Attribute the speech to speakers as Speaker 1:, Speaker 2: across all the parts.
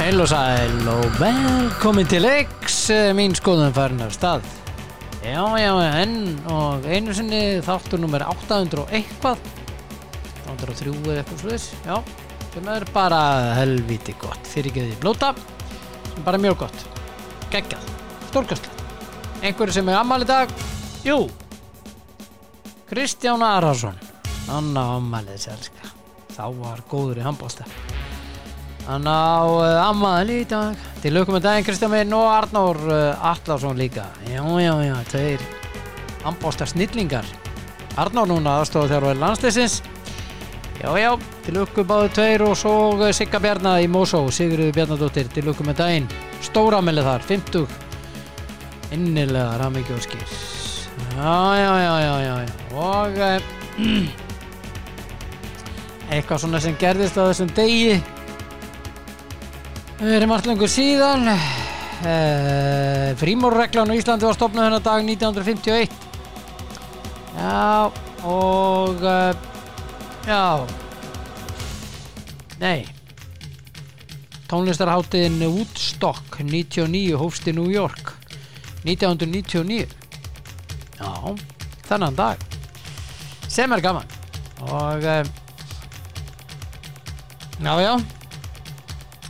Speaker 1: Sæl og sæl og velkomin til X, eh, mín skoðun farin af stað. Já, já, enn og einu sinni þáttur nummer 800 og eitthvað, 803 eða eitthvað sluðis, já, sem er bara helviti gott, fyrirgeði blóta, sem bara er mjög gott, geggjað, stórkastlegt. Einhverju sem er ammali dag, jú, Kristján Arason, hann á ammalið sérska, þá var góður í handbósta. Hann á uh, ammaðan í dag Til lökum með daginn Kristján minn og Arnór uh, Atlason líka Já, já, já, þeir Ambósta snillingar Arnór núna aðstofa þjárfæri landsleysins Já, já, til lökum báðu tveir og svo eh, Sigga Bjarna í Mosó Sigurður Bjarnadóttir til lökum með daginn Stóramili þar, 50 Innilega ramikjóskir Já, já, já, já, já, já Og eh, Eitthvað svona sem gerðist á þessum degi Við erum allt lengur síðan uh, Frímórreglan á Íslandi var stopnað hennar dag 1951 Já og uh, Já Nei Tónlistarháttiðin Woodstock 99 hófst í New York 1999 Já, þennan dag sem er gaman og uh, já já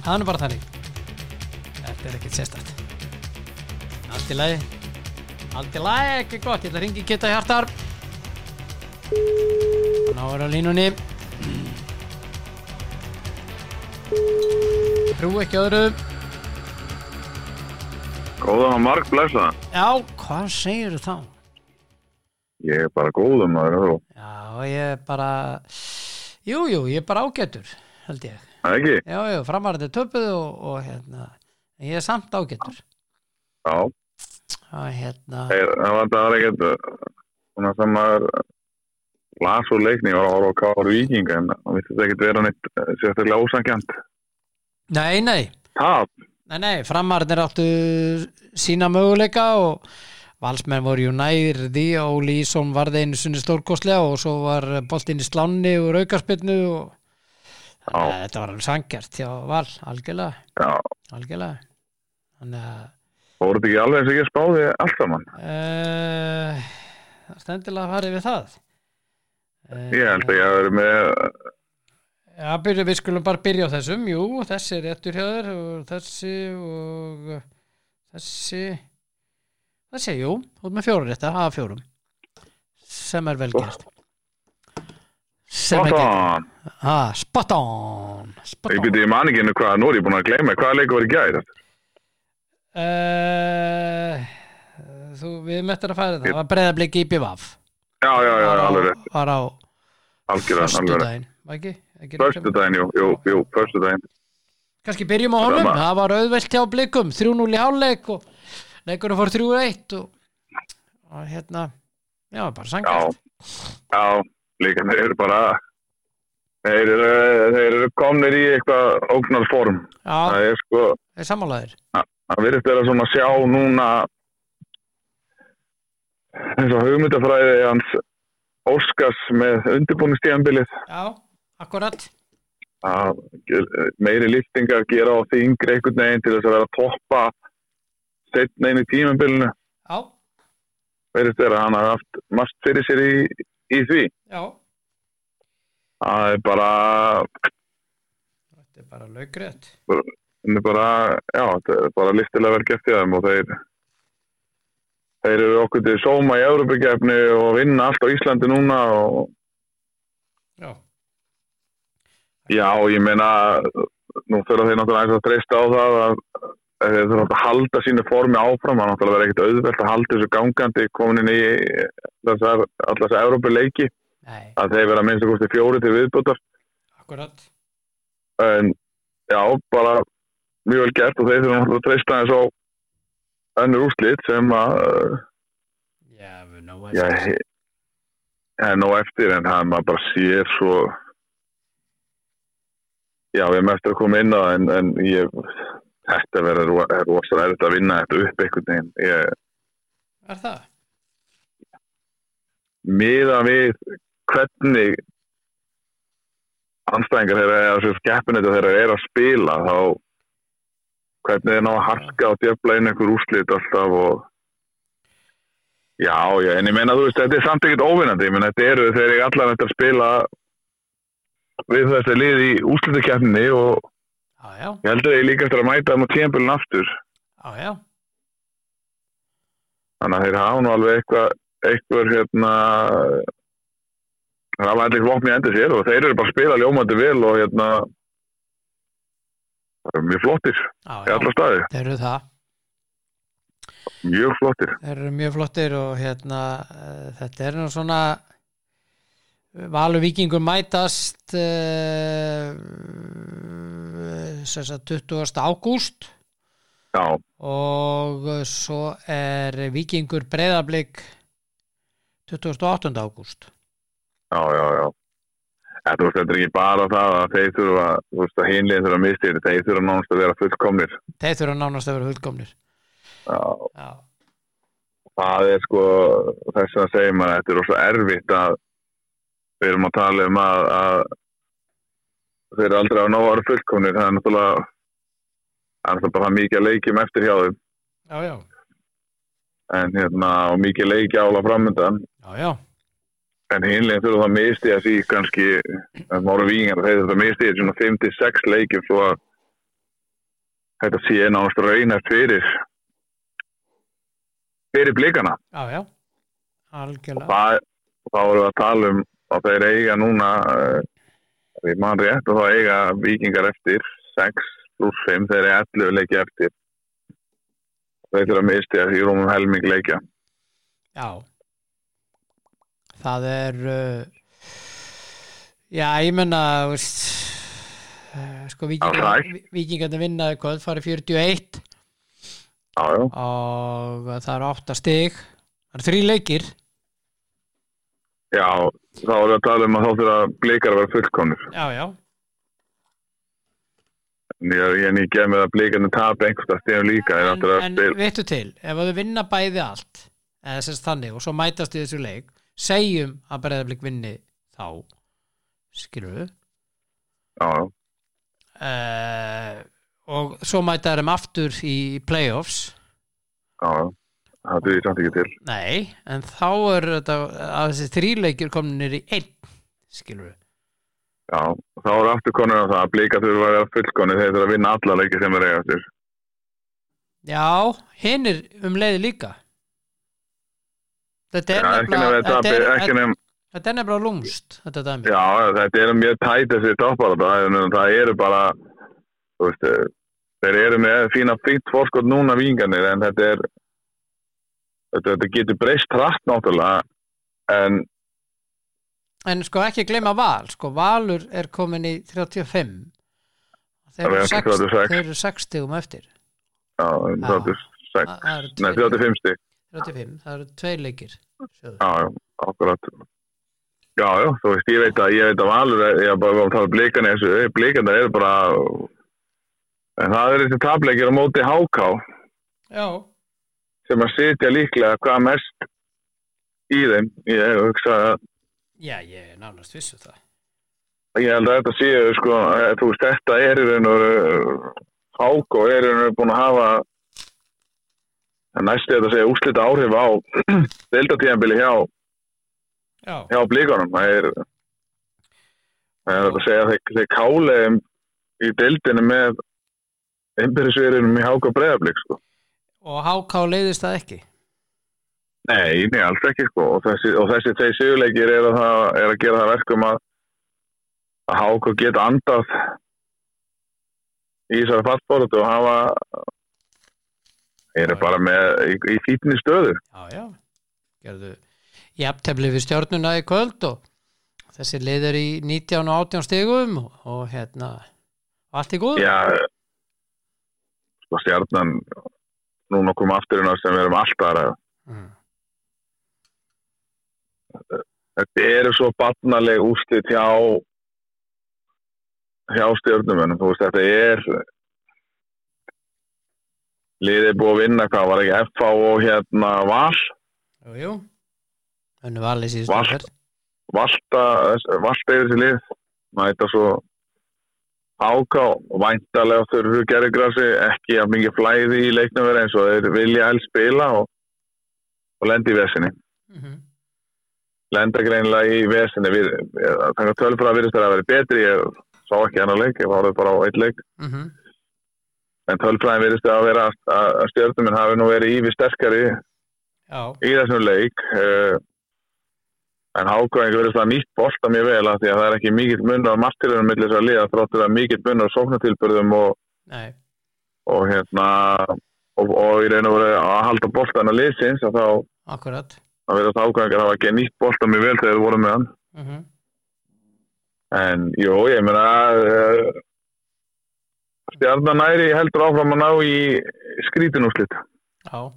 Speaker 1: Það er nú bara þannig Þetta er ekkert sérstætt Allt í lagi Allt í lagi, ekki gott Ég ætla að ringi geta hjartar Ná er á línunni Trú ekki öðru
Speaker 2: Góðan og marg blessaðan.
Speaker 1: Já, hvað segir þú þá?
Speaker 2: Ég er bara góðum maður, hörru.
Speaker 1: Já, ég er bara Jú, jú, ég er bara ágætur held ég
Speaker 2: Það ekki?
Speaker 1: Já, jú, framarðið töpuð og, og hérna Ég er samt ágætur
Speaker 2: Já.
Speaker 1: Það hérna
Speaker 2: Þeir, það var það var ekkert, uh, svona sem maður uh, las úr leikni, ég var að horfa á Káru Víkinga, en það vistist ekkert vera neitt eh, sérstaklega ósankjönd.
Speaker 1: Nei, nei
Speaker 2: Tap?
Speaker 1: Nei, nei, framarnir áttu sína möguleika og valsmenn voru jú nærði og Lísson varði einu sunni stórkostlega og svo var boltinn í slánni og raukarspinnu og þannig að
Speaker 2: Já.
Speaker 1: þetta var alveg sangjart hjá Val, algjörlega,
Speaker 2: Já.
Speaker 1: algjörlega. Þannig að
Speaker 2: Fóruð þetta ekki alveg eins og ég spáði allt saman?
Speaker 1: uh, það stendilega farið við það. Uh,
Speaker 2: Ég held að ég hafi verið með, uh,
Speaker 1: Já, byrju, við skulum bara byrja á þessum, jú, þessi er réttur hjá þér og þessi og þessi, þessi, jú, út með fjórum rétta, hafa fjórum, sem er vel gert. Sem er gert.
Speaker 2: Boston.
Speaker 1: Ha, spot on, spot
Speaker 2: Ég
Speaker 1: on.
Speaker 2: byrði í manninginu hvað, nú er ég búin að gleyma, hvaða leikur var í gæri?
Speaker 1: Uh, þú, við möttum að færa það, það var breyðabliki í bjöfaf.
Speaker 2: Já, já, já, alveg rétt,
Speaker 1: Var á
Speaker 2: algjörðan, alveg rétt.
Speaker 1: förstudaginn, var ekki? ekki rétt? hérna?
Speaker 2: Förstu daginn, jú, jú, jú, förstu daginn.
Speaker 1: kannski byrjum á honum,
Speaker 2: Rama.
Speaker 1: það var auðvelt hjá blikum 3-0 í hálfleik og leikunum fór 3-1 og, og hérna já, bara
Speaker 2: Já,
Speaker 1: sangast
Speaker 2: já, líka þeir eru bara þeir eru, þeir eru komnir í eitthvað ógnarform
Speaker 1: já,
Speaker 2: það er sko,
Speaker 1: það er sammálaður
Speaker 2: það virðist vera svona að sjá núna eins og hugmyndafræði hans Óskars með undirbúningstíðanbilið
Speaker 1: já, akkurat
Speaker 2: að ge- meiri liftingar gera á því yngri einhvern veginn til þess að vera að toppa setna inn í tímanbilinu
Speaker 1: já,
Speaker 2: verðist vera að hann hafa haft margt fyrir sér í, í því
Speaker 1: já,
Speaker 2: það er bara
Speaker 1: þetta er bara laugröð
Speaker 2: en er bara, já, þetta er bara listilega vel gert í þeim og þeir þeir eru okkur til sóma í Európa-gefni og vinna allt á Íslandi núna og
Speaker 1: já,
Speaker 2: já, ég meina nú þurfa þeir náttúrulega aðeins að treysta á það að að þeir þurfa að halda sínu formi áfram, það er náttúrulega verið ekkert auðvelt að halda þessu gangandi komin inn í þessar, allar þessar Európa-leiki
Speaker 1: nei,
Speaker 2: að þeir vera minnst að kosti fjóri til viðbútar
Speaker 1: akkurat
Speaker 2: en já, bara mjög vel gert og þeir þurfum náttúrulega að treysta eins á önnur úrslit sem að uh,
Speaker 1: já, við náum
Speaker 2: já,
Speaker 1: að
Speaker 2: he- það er nóg eftir en það maður bara sér svo já, við erum eftir að koma inn á það en, en ég þetta verður ro- er rosalega erfitt að vinna þetta upp einhvern veginn ég,
Speaker 1: er það,
Speaker 2: miða við hvernig anstæðingar þeirra eða þessu skeppinu þeirra er að spila þá hvernig þeir ná að harka og djöfla inn einhver úrslit alltaf og já, já, en ég meina þú veist, þetta er samt ekkert óvinnandi, ég meina þetta eru þegar ég allan eftir að spila við þessi lið í úrslitakefninni og
Speaker 1: Já, já,
Speaker 2: ég heldur að ég líka eftir að mæta þeim á tíðanbölinn aftur,
Speaker 1: já, já.
Speaker 2: þannig að þeir hafa nú alveg eitthvað, eitthvað hérna það var allir vopn í endur sér og þeir eru bara að spila ljómandi vel og hérna það er mjög flottir
Speaker 1: já,
Speaker 2: í
Speaker 1: já.
Speaker 2: alla staði,
Speaker 1: Þeir eru það.
Speaker 2: mjög flottir
Speaker 1: Þeir eru mjög flottir og hérna eh, þetta er nú svona Valur Víkingur mætast uh, 20. ágúst
Speaker 2: já,
Speaker 1: og eh, svo er Víkingur breyðablík 28. ágúst
Speaker 2: já, já, já. En, þú veist, þetta er ekki bara það að þeir þurfa, þú veist, að hinlegin þurfa að misti þetta, þeir þurfa nánast að vera fullkomnir.
Speaker 1: Þeir þurfa nánast að vera hulkomnir
Speaker 2: Já,
Speaker 1: Já,
Speaker 2: það er sko, þess að segja maður, þetta er rosa erfitt að við erum að tala um að, að þeir eru aldrei að ná að vera fullkomnir, það er náttúrulega, það er náttúrulega bara mikið að leikjum eftir hjá þeim,
Speaker 1: já, já,
Speaker 2: en hérna, og mikið leikja ála framöndan,
Speaker 1: já, já.
Speaker 2: en hinlegin þurfa það misti að því kannski, að máru vingar þeir þurfa að misti þetta svona 5-6 leikjum svo að þetta sé nánast raunast fyrir fyrir blikana
Speaker 1: já, já. Algjörlega
Speaker 2: það, þá erum við að tala um að þeir eiga núna eh, ef ég man rétt og þá eiga vikingar eftir 6 pluss 5 þeir eru 11 leikja eftir þeir þurfa að misti að því rúmum helming leikja
Speaker 1: Já Það er uh, Já, ég menna veist, uh, sko
Speaker 2: Alright.
Speaker 1: vikingar, vikingarnir vinna í kvöld fari 41
Speaker 2: já, já,
Speaker 1: og það eru 8 stig það eru þrý leikir
Speaker 2: já, þá erum við að tala um að þá þurfa blikar að vera fullkomnir
Speaker 1: Já, já,
Speaker 2: En ég, en ég gef mér að blíkarnir tap einhversta stegum líka þeir
Speaker 1: en,
Speaker 2: áttur að
Speaker 1: en
Speaker 2: spila
Speaker 1: vittu til ef þau vinna bæði allt eða sérst þannig og svo mætast í þessu leik segjum að breyðarblik vinni þá skilur við
Speaker 2: já, já,
Speaker 1: uh, og svo mæta þeim aftur í playoffs
Speaker 2: já, já. það duði samt ekki til
Speaker 1: Nei, en þá er þetta að þessi þríleikir kominir í einn skilur við
Speaker 2: já, þá er aftur konur á það að blíkar þurfa að vera fullkonni þeir þurfa að vinna alla leiki sem þeir eiga eftir
Speaker 1: Já, hinn er um leiði líka Þetta er
Speaker 2: Já, ekki nefnir
Speaker 1: þetta
Speaker 2: tapi,
Speaker 1: er,
Speaker 2: ekki
Speaker 1: þetta-
Speaker 2: nefnir
Speaker 1: þetta er nefnilega lúmst þetta dæmi
Speaker 2: já, já, þetta er mjög tæt þessi toppar það eru bara þú veist, eh, þeir eru með fína fínt fórskot núna vingarnir en þetta er þetta, þetta getur breyst hratt náttúrulega en
Speaker 1: En sko ekki gleyma val sko valur er komin í 35 Þeir
Speaker 2: Það er
Speaker 1: eru
Speaker 2: eftir
Speaker 1: 60
Speaker 2: 36.
Speaker 1: þeir eru 60 um eftir
Speaker 2: já, það er
Speaker 1: Það- það eru
Speaker 2: 6 nei,
Speaker 1: tveir-
Speaker 2: 35 stík
Speaker 1: 35, það eru tveir leikir sjáðu.
Speaker 2: Já, já, akkurat. Já, já, þú veist, ég veit að, ég veit að Valur, er- ég er bara að tala um blikana í þessu, blikana eru bara, en það eru þessi tapleikir á móti HK
Speaker 1: Já,
Speaker 2: sem að sitja líklega hvað mest í þeim. Ég hugsa að,
Speaker 1: já ég er nánast vissu það
Speaker 2: ég held að þetta séu, sko, eh, þú veist, þetta er í raun og veru- HK er í raun og veru búin að hafa, en næstu þetta segja úrslita áhrif á deltatíðanbili hjá
Speaker 1: Já,
Speaker 2: hjá blíkanum það er það er hægt að segja að þeir, þeir káli í deildinu með einbyrðisverunum í háka breyðablík sko.
Speaker 1: og HK leiðist það ekki
Speaker 2: nei, nei, alls ekki sko. og þessi, og þessi þeir sigurleikir er að, það- er að gera það verkum að að háka geta andað í þessari fastbóratu og hafa eru bara með í, í fítni stöðu
Speaker 1: Já, já, gerðu jafntefli við stjórnuna í kvöld og þessi lið er í 19 og 18 stigum og hérna allt í góð
Speaker 2: Já, sko stjarnan núna kom aftur inn á sem við erum alltaf að ræða.
Speaker 1: mm.
Speaker 2: Þetta eru svo barnaleg úrslit hjá hjá stjörnumönum, þú veist, þetta er liðið er búið að vinna hvað, var ekki FH og hérna Val,
Speaker 1: Jú, jú Önnu valið síðust
Speaker 2: Valt. Valta Valta yfir þessi lið mæta svo áká væntalega þurru gerðigrassi ekki að mingi flæði í leiknaveri eins og þeir vilja helst spila og, og lendi í vesinni
Speaker 1: Mm -hmm.
Speaker 2: lenda greinlega í vesinni við, þannig að tölfra virðist þeirra að vera betri ég sá ekki annar leik, ég var orðið bara á eitt leik
Speaker 1: Mm -hmm.
Speaker 2: en tölfræðin virðist að vera að- að stjórnuminn hafi nú verið ívi sterkari
Speaker 1: Já,
Speaker 2: í þessum leik uh, en hákvæðing verðist það nýtt bolta mjög vel að því að það er ekki mikill munn á martilunum millir þess að liða þráttur að mikill munn á sóknatilburðum og,
Speaker 1: nei,
Speaker 2: og hérna og, og í raun og veru að halda boltan að liðsins að þá
Speaker 1: akkurat
Speaker 2: að verðast hákvæðingar hafa ekki nýtt bolta mjög vel þegar þeir voru með hann
Speaker 1: mm -hmm.
Speaker 2: en jú, ég meina uh, stjarnanæri heldur áfram að ná í skrítinúslit
Speaker 1: Já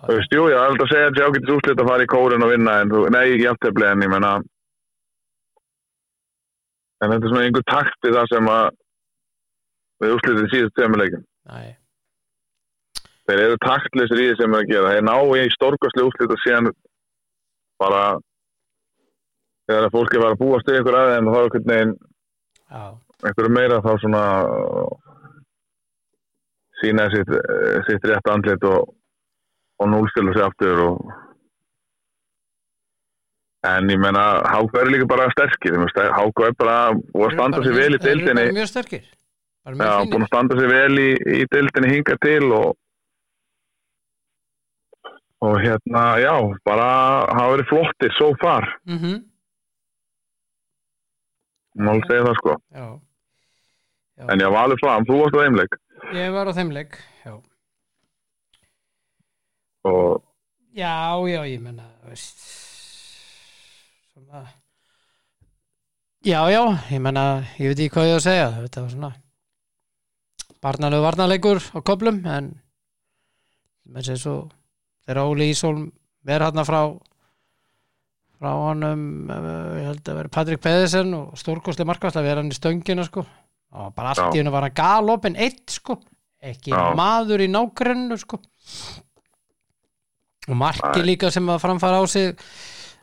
Speaker 2: Þú veist, jú, ég er alltaf að segja að ég ágætis úrslit að fara í kórun og vinna en þú, nei, ég aftefli en ég menna en þetta er svona einhver takt í það sem að við úrslitið síðast tveimileikin
Speaker 1: Nei,
Speaker 2: þeir eru taktlisir í því sem er að gera þeir ná í stórkastli úrslit og síðan bara þegar að fólki var að búast í einhver aðeins en þá er einhvern veginn
Speaker 1: já,
Speaker 2: einhverju meira þá svona sína sitt, eh, sitt rétt andlit og, og núlstilu sig aftur og en ég menna Háka er líka bara sterkir ég meina, ster- Háka er bara búið að
Speaker 1: Þeir eru
Speaker 2: standa
Speaker 1: bara
Speaker 2: sig
Speaker 1: mjög-
Speaker 2: vel í
Speaker 1: þeir eru
Speaker 2: deildinni
Speaker 1: bara mjög sterkir bara
Speaker 2: já,
Speaker 1: mjög
Speaker 2: búin
Speaker 1: finnir
Speaker 2: að standa sig vel í, í deildinni hinga til og og hérna, já, bara hafa verið flottir so far,
Speaker 1: mm
Speaker 2: má alveg segja það sko
Speaker 1: já. já,
Speaker 2: en já, valið fram, þú varst á þeimleik
Speaker 1: ég var á þeim leik já,
Speaker 2: og
Speaker 1: já, já ég menna veist svona já, já, ég menna ég veit ekki hvað ég á að segja þetta var svona barnalegu varnaleikur á köflum en menn sér svo þegar Óli Ísólm verð hann frá frá honum eh, ég held að vera Patrik Pedersen og stórkostli markast að vera hann í stöngina sko og bara allt í
Speaker 2: Já.
Speaker 1: hennu var hann galopin eitt sko ekki
Speaker 2: Já.
Speaker 1: maður í nágrennu sko og marki
Speaker 2: Nei.
Speaker 1: líka sem að framfara á sig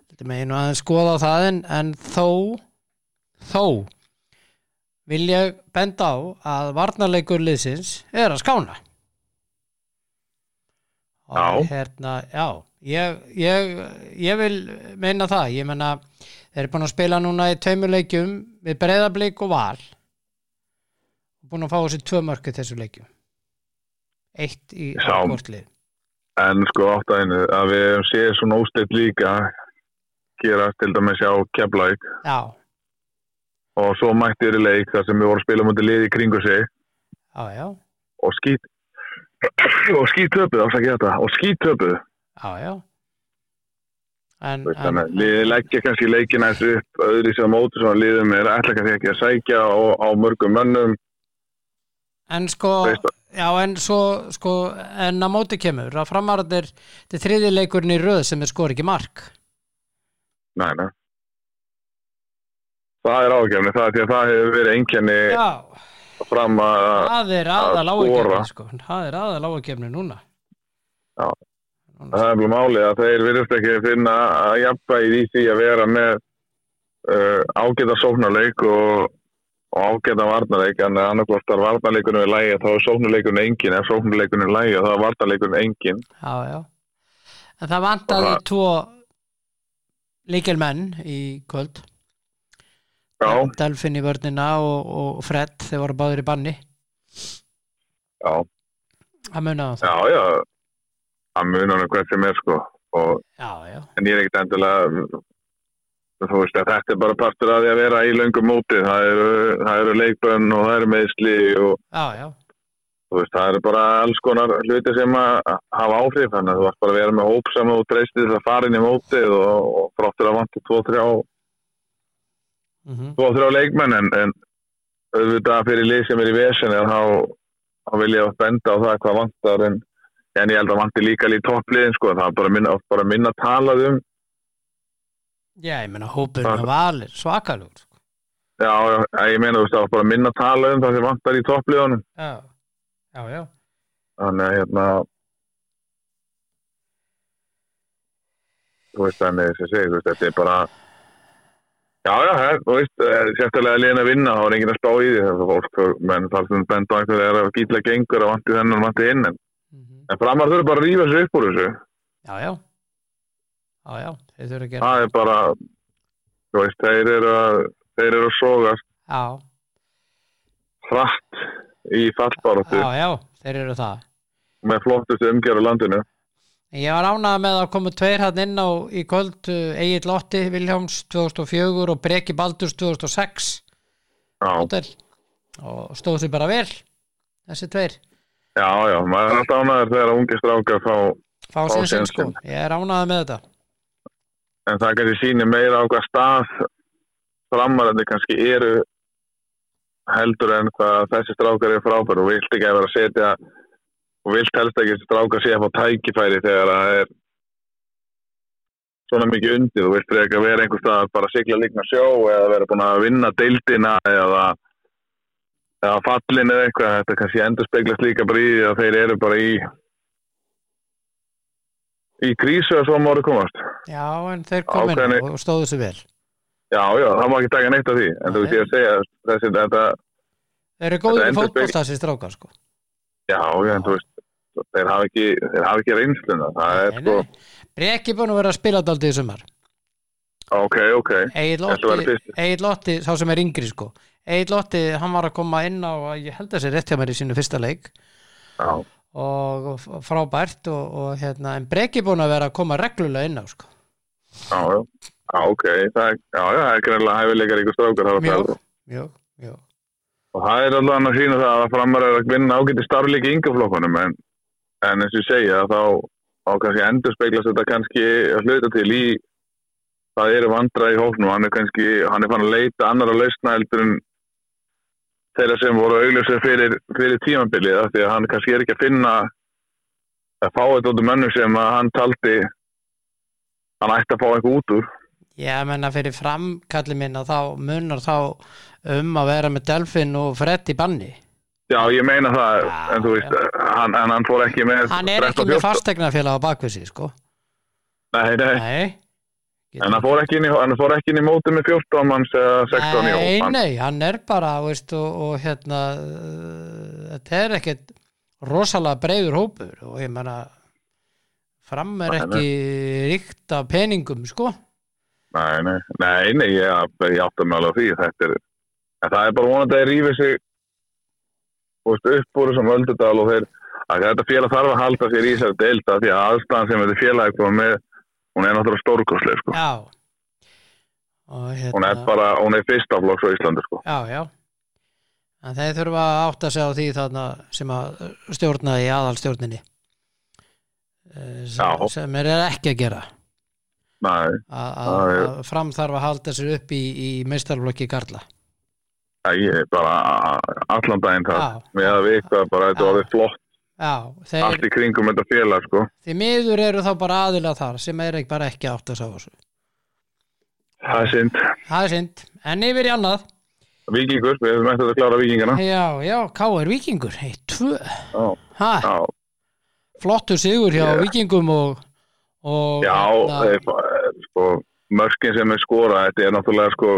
Speaker 1: þetta meginu aðeins skoða það en, en þó þó vil ég benda á að varnarleikur liðsins er að skána og
Speaker 2: Já.
Speaker 1: hérna, já ég, ég, ég vil meina það ég meina, þeir eru búin að spila núna í tveimur leikjum við breyðablík og val búin að fá þessi tvö mörku þessu leikjum eitt í
Speaker 2: Ég sá.
Speaker 1: ákvortlið
Speaker 2: En sko áttæðinu að við höfum séð svona ústilt líka gera til dæmis á keflæk
Speaker 1: já,
Speaker 2: og svo mætti yfir leik þar sem við vorum að spila mútið liði í kringu sig
Speaker 1: já, já,
Speaker 2: og skýt og skýtöpuð, ásækja þetta og skýtöpuð,
Speaker 1: já, já. En,
Speaker 2: þannig að liðið leggja kannski leikina eins upp öðru sem mótur svona liðum er ætla kannski ekki að sækja á, á mörgum mönnum
Speaker 1: En sko,
Speaker 2: Veist
Speaker 1: já en svo sko, en að móti kemur að framarðir til þriði leikurinn í röð sem er skor ekki mark
Speaker 2: Nei, nei Það er ágefni, það er því að það hefur verið einkenni
Speaker 1: Já,
Speaker 2: fram Eh, að
Speaker 1: það er
Speaker 2: að
Speaker 1: aða lágakefni
Speaker 2: skora.
Speaker 1: sko, það er aða lágakefni núna
Speaker 2: Já.
Speaker 1: Núna,
Speaker 2: Það er mjög málið að þeir virðist ekki finna að jafnvægi í því að vera með uh, ágæta sóknarleik og, og ágæta varnarleik en annarkvort er varnarleikunum í lægi þá er sóknarleikunum engin ef sóknarleikunum í lægi þá er varnarleikunum engin
Speaker 1: Já, já En það vantaði
Speaker 2: Og það-
Speaker 1: tvo líkilmenn í kvöld
Speaker 2: Já,
Speaker 1: Delfin í vörnina og, og Fred þeir voru báðir í banni
Speaker 2: já,
Speaker 1: Það munaði það
Speaker 2: já, já að munar um hvert sem er sko og,
Speaker 1: Já, já,
Speaker 2: en ég er ekkert endilega þú veist að þetta er bara partur af því að vera í löngum móti það eru, það eru leikbönn og það eru meðsli og
Speaker 1: já, já
Speaker 2: þú veist, það eru bara alls konar hluti sem að hafa áhrif þannig að þú varst bara að vera með hóp sem þú treystir þess að fara inn í mótið og, og fráttur að vantu 2-3
Speaker 1: mm
Speaker 2: leikmenn en, en auðvitað fyrir lið sem er í vesen er þá, þá vil ég benda á það hvað vantar en, en ég held að vanti líka líka toppliðin sko, það er bara minna, bara minna talað um
Speaker 1: Já, ég meina hópurinn
Speaker 2: Það-
Speaker 1: og valir svakalúr sko.
Speaker 2: já, já, ég meina þú veist, það er bara minna talað um það sem vantar í toppliðunum
Speaker 1: Já, já, já
Speaker 2: þannig að hérna þú veist þannig þess að segja þú veist þetta er bara Já, já, hef, þú veist, eh, sérstaklega liðin að vinna, þá er enginn að spá í því þessu fólk, þú- menn þar sem benda á einhverju er að gítla gengur að vanti þennan, vanti hinn, en,
Speaker 1: Mhm.
Speaker 2: en framar þurfa bara að rífa sig upp úr þessu,
Speaker 1: Já, já Já, já, þeir þurfa að gera
Speaker 2: það er bara, þú veist, þeir eru að, þeir eru að sogast
Speaker 1: Já,
Speaker 2: hratt í fallbaróttu
Speaker 1: já, já, þeir eru það
Speaker 2: með flottustu umgjörðu landinu.
Speaker 1: En Ég var ánað með að koma tveir hann inn á í kvöld Egil Lotti Viljáms 2004 og Breki Baldurs 2006
Speaker 2: Já,
Speaker 1: hótel og stóð sér bara vel þessi tveir
Speaker 2: já, já, maður er alltaf ánæður þegar að ungi strákar fá,
Speaker 1: fá
Speaker 2: Fá
Speaker 1: sér sinn
Speaker 2: sénsinn.
Speaker 1: sko, ég er ánað með þetta
Speaker 2: en það kannski sýnir meira á hvað stað framarandi kannski eru heldur en hvað þessi strákar eru frábæri og vilt ekki að vera að setja og vilt helst ekki að þessi strákar sé að fá tækifæri þegar að það er svona mikið undir þú vilt ekki að vera einhvers stað að bara sigla líkna sjó eða vera búin að vinna deildina eða, eða fallin eða eitthvað þetta kannski endur speglast líka bara í því að þeir eru bara í í krísu að svo maður komast
Speaker 1: Já, en þeir kom inn
Speaker 2: Ákveðni-
Speaker 1: og stóðu sér vel
Speaker 2: Já, já, það má ekki taka neitt af því, en þú veist ég að segja þessi, þetta,
Speaker 1: Þeir eru góður
Speaker 2: Þetta
Speaker 1: í
Speaker 2: endur
Speaker 1: fótbolta þessi strákar sko
Speaker 2: já, já, en þú veist, þeir hafa ekki, þeir hafa ekki reynsluna, það er
Speaker 1: Nei,
Speaker 2: sko,
Speaker 1: nei. Breki búin að vera að spila daldið í sumar
Speaker 2: ok, ok,
Speaker 1: Egil
Speaker 2: Þetta var í
Speaker 1: Lotti,
Speaker 2: fyrstu.
Speaker 1: Egil Lotti, sá sem er yngri sko Egil Lotti, hann var að koma inn á ég held að þessi rétt hjá mér í sínu fyrsta leik
Speaker 2: já,
Speaker 1: og og frábært og, og hérna, en Breki búin að vera að koma reglulega inn á sko
Speaker 2: já, já, já, ok, það er, já, já, það er greinlega hæfileikar ykkur strákar, um. það var
Speaker 1: mjög,
Speaker 2: það,
Speaker 1: mjög, mjög
Speaker 2: og það er allavega að sína það að framar er að vinna ágæti starfleik í yngaflokkunum, en, en eins og ég segja, þá, þá kannski endur speglast þetta kannski að hluta til í, það eru vandra í hófnum, hann er kannski, hann er fann að leita annar að lausna heldur en þeirra sem voru augljósið fyrir, fyrir tímabilið af því að hann kannski er ekki að finna að fá þetta út um mönnum sem að hann taldi hann ætti að fá eitthvað út úr
Speaker 1: Ég menna fyrir framkalli minna þá munar þá um að vera með Delfin og Fred í banni.
Speaker 2: Já, ég meina það,
Speaker 1: Já,
Speaker 2: en þú veist, hann, en hann fór ekki með
Speaker 1: Hann er ekki
Speaker 2: 13,
Speaker 1: með
Speaker 2: 14.
Speaker 1: fastegnafélag á bakvið sig, sko.
Speaker 2: Nei, nei,
Speaker 1: Nei.
Speaker 2: Eh. en hann fór ekki inn í, hann fór ekki inn í móti með 14 manns eða 16 í
Speaker 1: Nei,
Speaker 2: hópan
Speaker 1: nei, hann er bara, veist, og, og hérna, uh, þetta er ekkert rosalega breyður hópur og ég menna, fram er
Speaker 2: Nei, nei.
Speaker 1: ekki ríkt af peningum, sko.
Speaker 2: Nei, nei, nei, nei ég, ég átta mig alveg á því þetta er, en það er bara vonandi að þeir rífi sig þú veist, upp úr þessum öldudal og þeir að þetta félag þarf að halda sér í þessari deilda því að aðstæðan sem þetta félag er komið með hún er náttúrulega stórkosleg sko.
Speaker 1: Já. Og hérna.
Speaker 2: hún er bara, hún er fyrsta flokks á Íslandi sko.
Speaker 1: Já, já. En þeir þurfa að átta sig á því þarna sem að stjórnaði í aðalstjórninni. Eh, Sem,
Speaker 2: Já.
Speaker 1: sem er ekki að gera.
Speaker 2: Nei,
Speaker 1: Að-
Speaker 2: Já,
Speaker 1: Að
Speaker 2: já.
Speaker 1: að fram þarf að halda sér upp í, í meistarflokki Karla.
Speaker 2: nei, ég er bara allan daginn það,
Speaker 1: Já.
Speaker 2: með að við eitthvað bara þetta
Speaker 1: Já.
Speaker 2: var flott
Speaker 1: Já, þeir,
Speaker 2: allt í kringum þetta félag sko.
Speaker 1: því miður eru þá bara aðila þar sem er ekki bara ekki að átta sig á þessu.
Speaker 2: það er synd,
Speaker 1: Það er synd. En yfir í annað.
Speaker 2: vikingur, við hefum eftir að klára vikingana
Speaker 1: Já, já, K.R. Víkingur. Hei, tvö.
Speaker 2: já,
Speaker 1: Ha,
Speaker 2: já
Speaker 1: flottur sigur hjá
Speaker 2: Já.
Speaker 1: Víkingum og... og
Speaker 2: Já,
Speaker 1: hérna,
Speaker 2: þeir fá- sko, mörkin sem er skora, þetta er náttúrulega sko,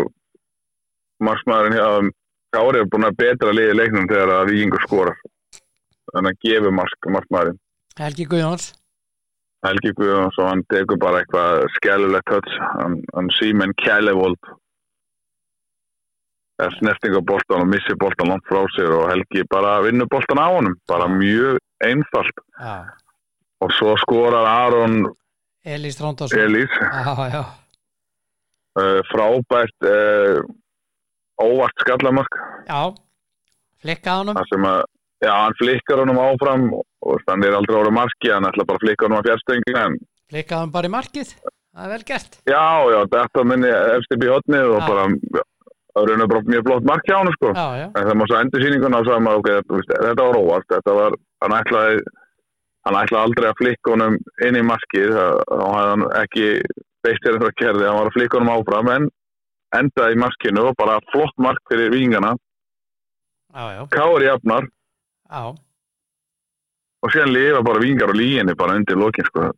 Speaker 2: margsmæðurinn hjá um, Kári er búin að betra liði í leiknum þegar að vikingur skorar. Þannig að gefi mark, margsmæðurinn.
Speaker 1: Helgi Guðjóns.
Speaker 2: Helgi Guðjóns og hann tekur bara eitthvað skellulegt töts, hann, hann símen kælevold. Það er snerting á boltan og missir boltan langt frá sér og Helgi bara vinnur boltan á honum, bara mjög einfalt.
Speaker 1: Já.
Speaker 2: Og svo skorar Aron
Speaker 1: Elís Tróndarsson.
Speaker 2: Elís
Speaker 1: Já, já.
Speaker 2: uh, frábært uh, óvart skallamark
Speaker 1: Já, flikkaði honum
Speaker 2: þar sem að, já, hann flikkar honum áfram og, og hann er aldrei ára marki hann ætla bara að flikka honum að fjárstöngi en
Speaker 1: flikkaði honum bara í markið, það er vel gert
Speaker 2: já, já, þetta minni efst upp í hotnið og
Speaker 1: Já.
Speaker 2: bara, já, það er raunar bara mjög blott marki á hann, sko
Speaker 1: Já, já,
Speaker 2: en það má svo endur sýninguna og sagði maður, ok, þetta, veist, þetta var óvart þetta var, hann ætlaði hann ætlaði aldrei að flikka honum inn í markið það, þá hafði hann ekki beitt sér einhverja kerði, hann var að flikka honum áfram en endaði í markinu og bara flott mark fyrir vingana
Speaker 1: já, já,
Speaker 2: Káur jafnar
Speaker 1: já
Speaker 2: og síðan lifa bara vingar og líginni bara undir lokin sko.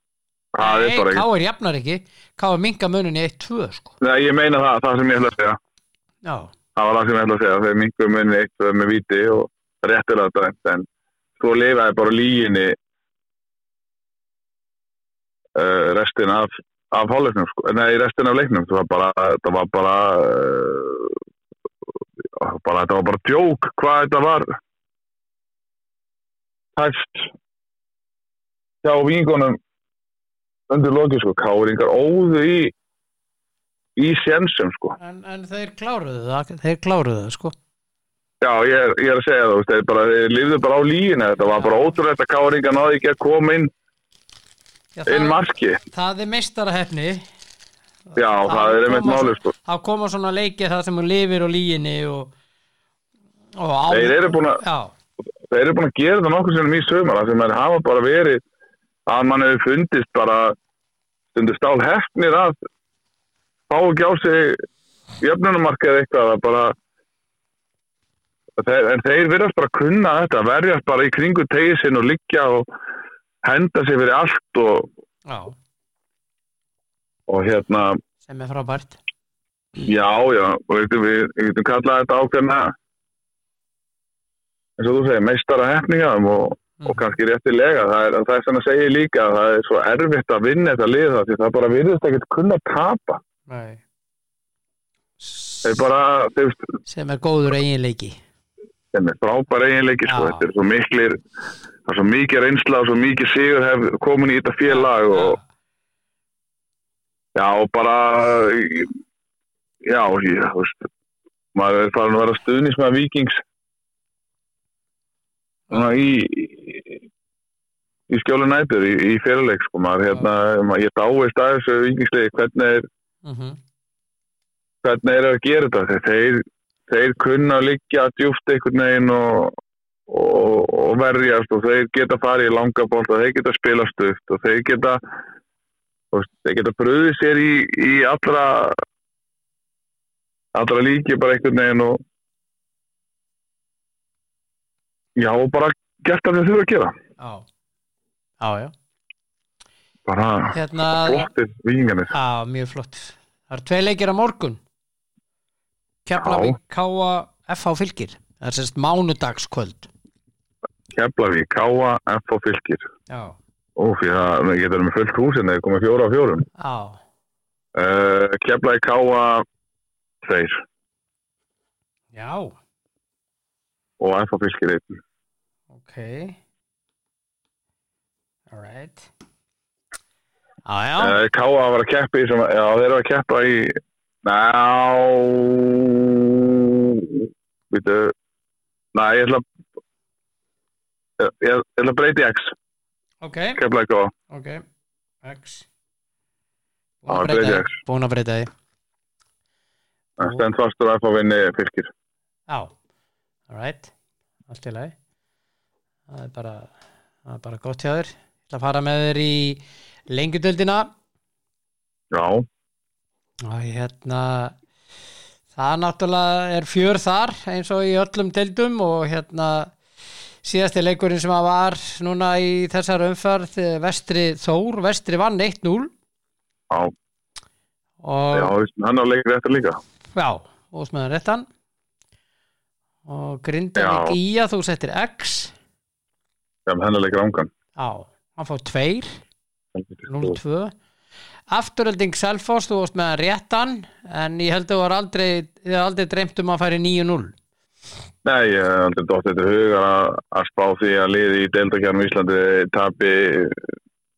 Speaker 2: það er bara ekki
Speaker 1: K.R. jafnar ekki K.R. minga muninni 1-2 sko.
Speaker 2: Nei, ég meina það, það sem ég ætla að segja
Speaker 1: já,
Speaker 2: það var það sem ég ætla að segja, þeir minkum munni eitt tvö með viti og réttilega dæmt en svo lifaði bara líginni uh, restin af, af hálfleiknum, sko. nei restin af leiknum það var bara, það var bara uh, bara, þetta var bara djók hvað þetta var hæft hjá vingunum undir loki sko, káringar óðu í í sjensum sko
Speaker 1: en, en þeir kláruðu það þeir kláruðu það sko
Speaker 2: Já, ég er, ég er að segja það, þú veist, þeir bara, þeir lifðu bara á líginu, þetta var bara ótrúlegt að Káringa náði ekki að koma inn,
Speaker 1: já,
Speaker 2: inn
Speaker 1: það,
Speaker 2: marki.
Speaker 1: það er meistarahefni
Speaker 2: Já, það er einmitt málið, sko.
Speaker 1: það koma svona leikið það sem hún lifir og líginni og, og á,
Speaker 2: Þeir eru búin að,
Speaker 1: já,
Speaker 2: þeir eru búin að gera það nokkur sinnum í sömur, það sem þeir hafa bara verið að mann hefur fundist bara, stundu stál hefnir að fá ekki á sig jöfnunumarki eða eitthvað, það bara, þeir, en þeir virðast bara að kunna þetta, verjast bara í kringu tegið sinn og liggja og henda sér fyrir allt og,
Speaker 1: já,
Speaker 2: og hérna,
Speaker 1: sem er frábært
Speaker 2: Já, já, og við, við, við getum kallað þetta ákveðna eins og þú segir, meistara hefningum og, og kannski réttilega það er, það er sem að segja líka að það er svo erfitt að vinna þetta lið það því það bara virðist ekkert kunna að tapa
Speaker 1: Nei.
Speaker 2: þeir bara, þeir
Speaker 1: sem er góður eiginleiki
Speaker 2: þeim er frábær eiginleiki sko,
Speaker 1: Já.
Speaker 2: þetta er svo miklir það er svo mikið reynsla og svo mikið sigur hef komin í þetta félag og já, og bara já, ég, þú veist maður er farin að vera stuðnis með vikings svona í í, í skjólu nætur í, í fyrirleik sko, maður hérna, maður, ég dáist að þessu vikingsleik, hvernig er
Speaker 1: mm
Speaker 2: hvernig er að gera þetta þegar þeir, þeir kunna að liggja djúft einhvern veginn og, og, og verjast og þeir geta farið í langa bólt og þeir geta spila stuft og þeir geta og þeir geta bröðið sér í, í allra allra líki bara einhvern veginn og já og bara gert það sem þau þurfa að gera
Speaker 1: já, já, já
Speaker 2: bara
Speaker 1: hérna,
Speaker 2: flottir vingarnir
Speaker 1: Já, mjög flott. Það eru tvei leikir á morgun. Keflavík, Káa, FH Fylgir. Það er sérst mánudagskvöld.
Speaker 2: Keflavík, Káa, F og Fylgir
Speaker 1: Já.
Speaker 2: Úf, ég það ég geta verið með fullt hús en þeir komið fjóra á fjórum
Speaker 1: Já,
Speaker 2: Uh, Keflaði Káa tveir
Speaker 1: já,
Speaker 2: og FH Fylkir einn.
Speaker 1: ok. Alright. Já, já,
Speaker 2: Uh, Káa var að keppa í sem, já þeir eru að keppa í ná býtu næ ég ætla ég, ég ætla að breyta í X
Speaker 1: ok,
Speaker 2: Keflaði Káa
Speaker 1: ok. X.
Speaker 2: Já,
Speaker 1: Búin að breyta
Speaker 2: breyta
Speaker 1: því. Búin að breyta því.
Speaker 2: En stend fastur að FH vinni Fylkir
Speaker 1: Já, alright, allt í lagi það er bara, það er bara gott hjá þér ég ætla að fara með þér í lengjudöldina
Speaker 2: Já,
Speaker 1: og hérna það náttúrulega er fjör þar eins og í öllum deildum og hérna síðasti leikurinn sem að var núna í þessar umferð eh, vestri Þór, vestri vann 1-0
Speaker 2: já, já,
Speaker 1: og
Speaker 2: veist, hann á leikir eftir líka
Speaker 1: já, ósmöðan réttan og Grindavík
Speaker 2: Já.
Speaker 1: í að þú settir X
Speaker 2: sem hennar leikir ángan
Speaker 1: já, hann fá tveir 0-2 Afturölding Selfoss, þú varst með réttan en ég held að þú var aldrei þið var aldrei dreymt um að færi 9-0
Speaker 2: Nei, ég hef aldrei dótt þetta hugar að, að spá því að liði í deildakjarnum Íslandi tapi